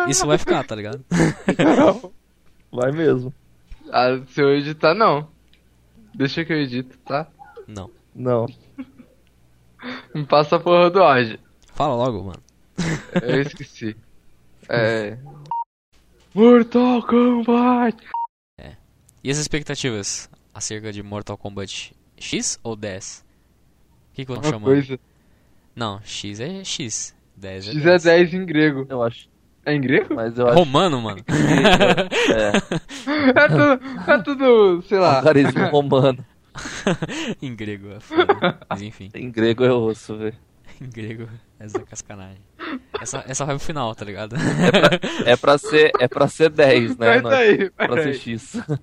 [SPEAKER 1] Isso vai ficar, tá ligado?
[SPEAKER 3] Vai mesmo.
[SPEAKER 2] Ah, se eu editar, não. Deixa que eu edito, tá?
[SPEAKER 1] Não.
[SPEAKER 3] Não.
[SPEAKER 2] Me passa a porra do áudio.
[SPEAKER 1] Fala logo, mano.
[SPEAKER 2] Eu esqueci. É. Mortal Kombat!
[SPEAKER 1] E as expectativas acerca de Mortal Kombat X ou 10? O que, que eu
[SPEAKER 2] Uma
[SPEAKER 1] chamo?
[SPEAKER 2] coisa.
[SPEAKER 1] Não, X é X. 10 é
[SPEAKER 2] X é 10 em grego.
[SPEAKER 3] Eu acho.
[SPEAKER 2] É em grego?
[SPEAKER 3] Mas eu acho.
[SPEAKER 1] Romano, mano.
[SPEAKER 3] É,
[SPEAKER 2] É tudo, é tudo sei lá.
[SPEAKER 3] algarismo romano.
[SPEAKER 1] em grego, é foda. Mas enfim,
[SPEAKER 3] Em grego é osso, velho.
[SPEAKER 1] em grego, essa é cascanagem. Essa, essa vai pro final, tá ligado?
[SPEAKER 3] É pra ser, é pra ser 10, né?
[SPEAKER 2] Mas
[SPEAKER 3] Não é
[SPEAKER 2] aí,
[SPEAKER 3] pra
[SPEAKER 2] peraí.
[SPEAKER 3] ser X.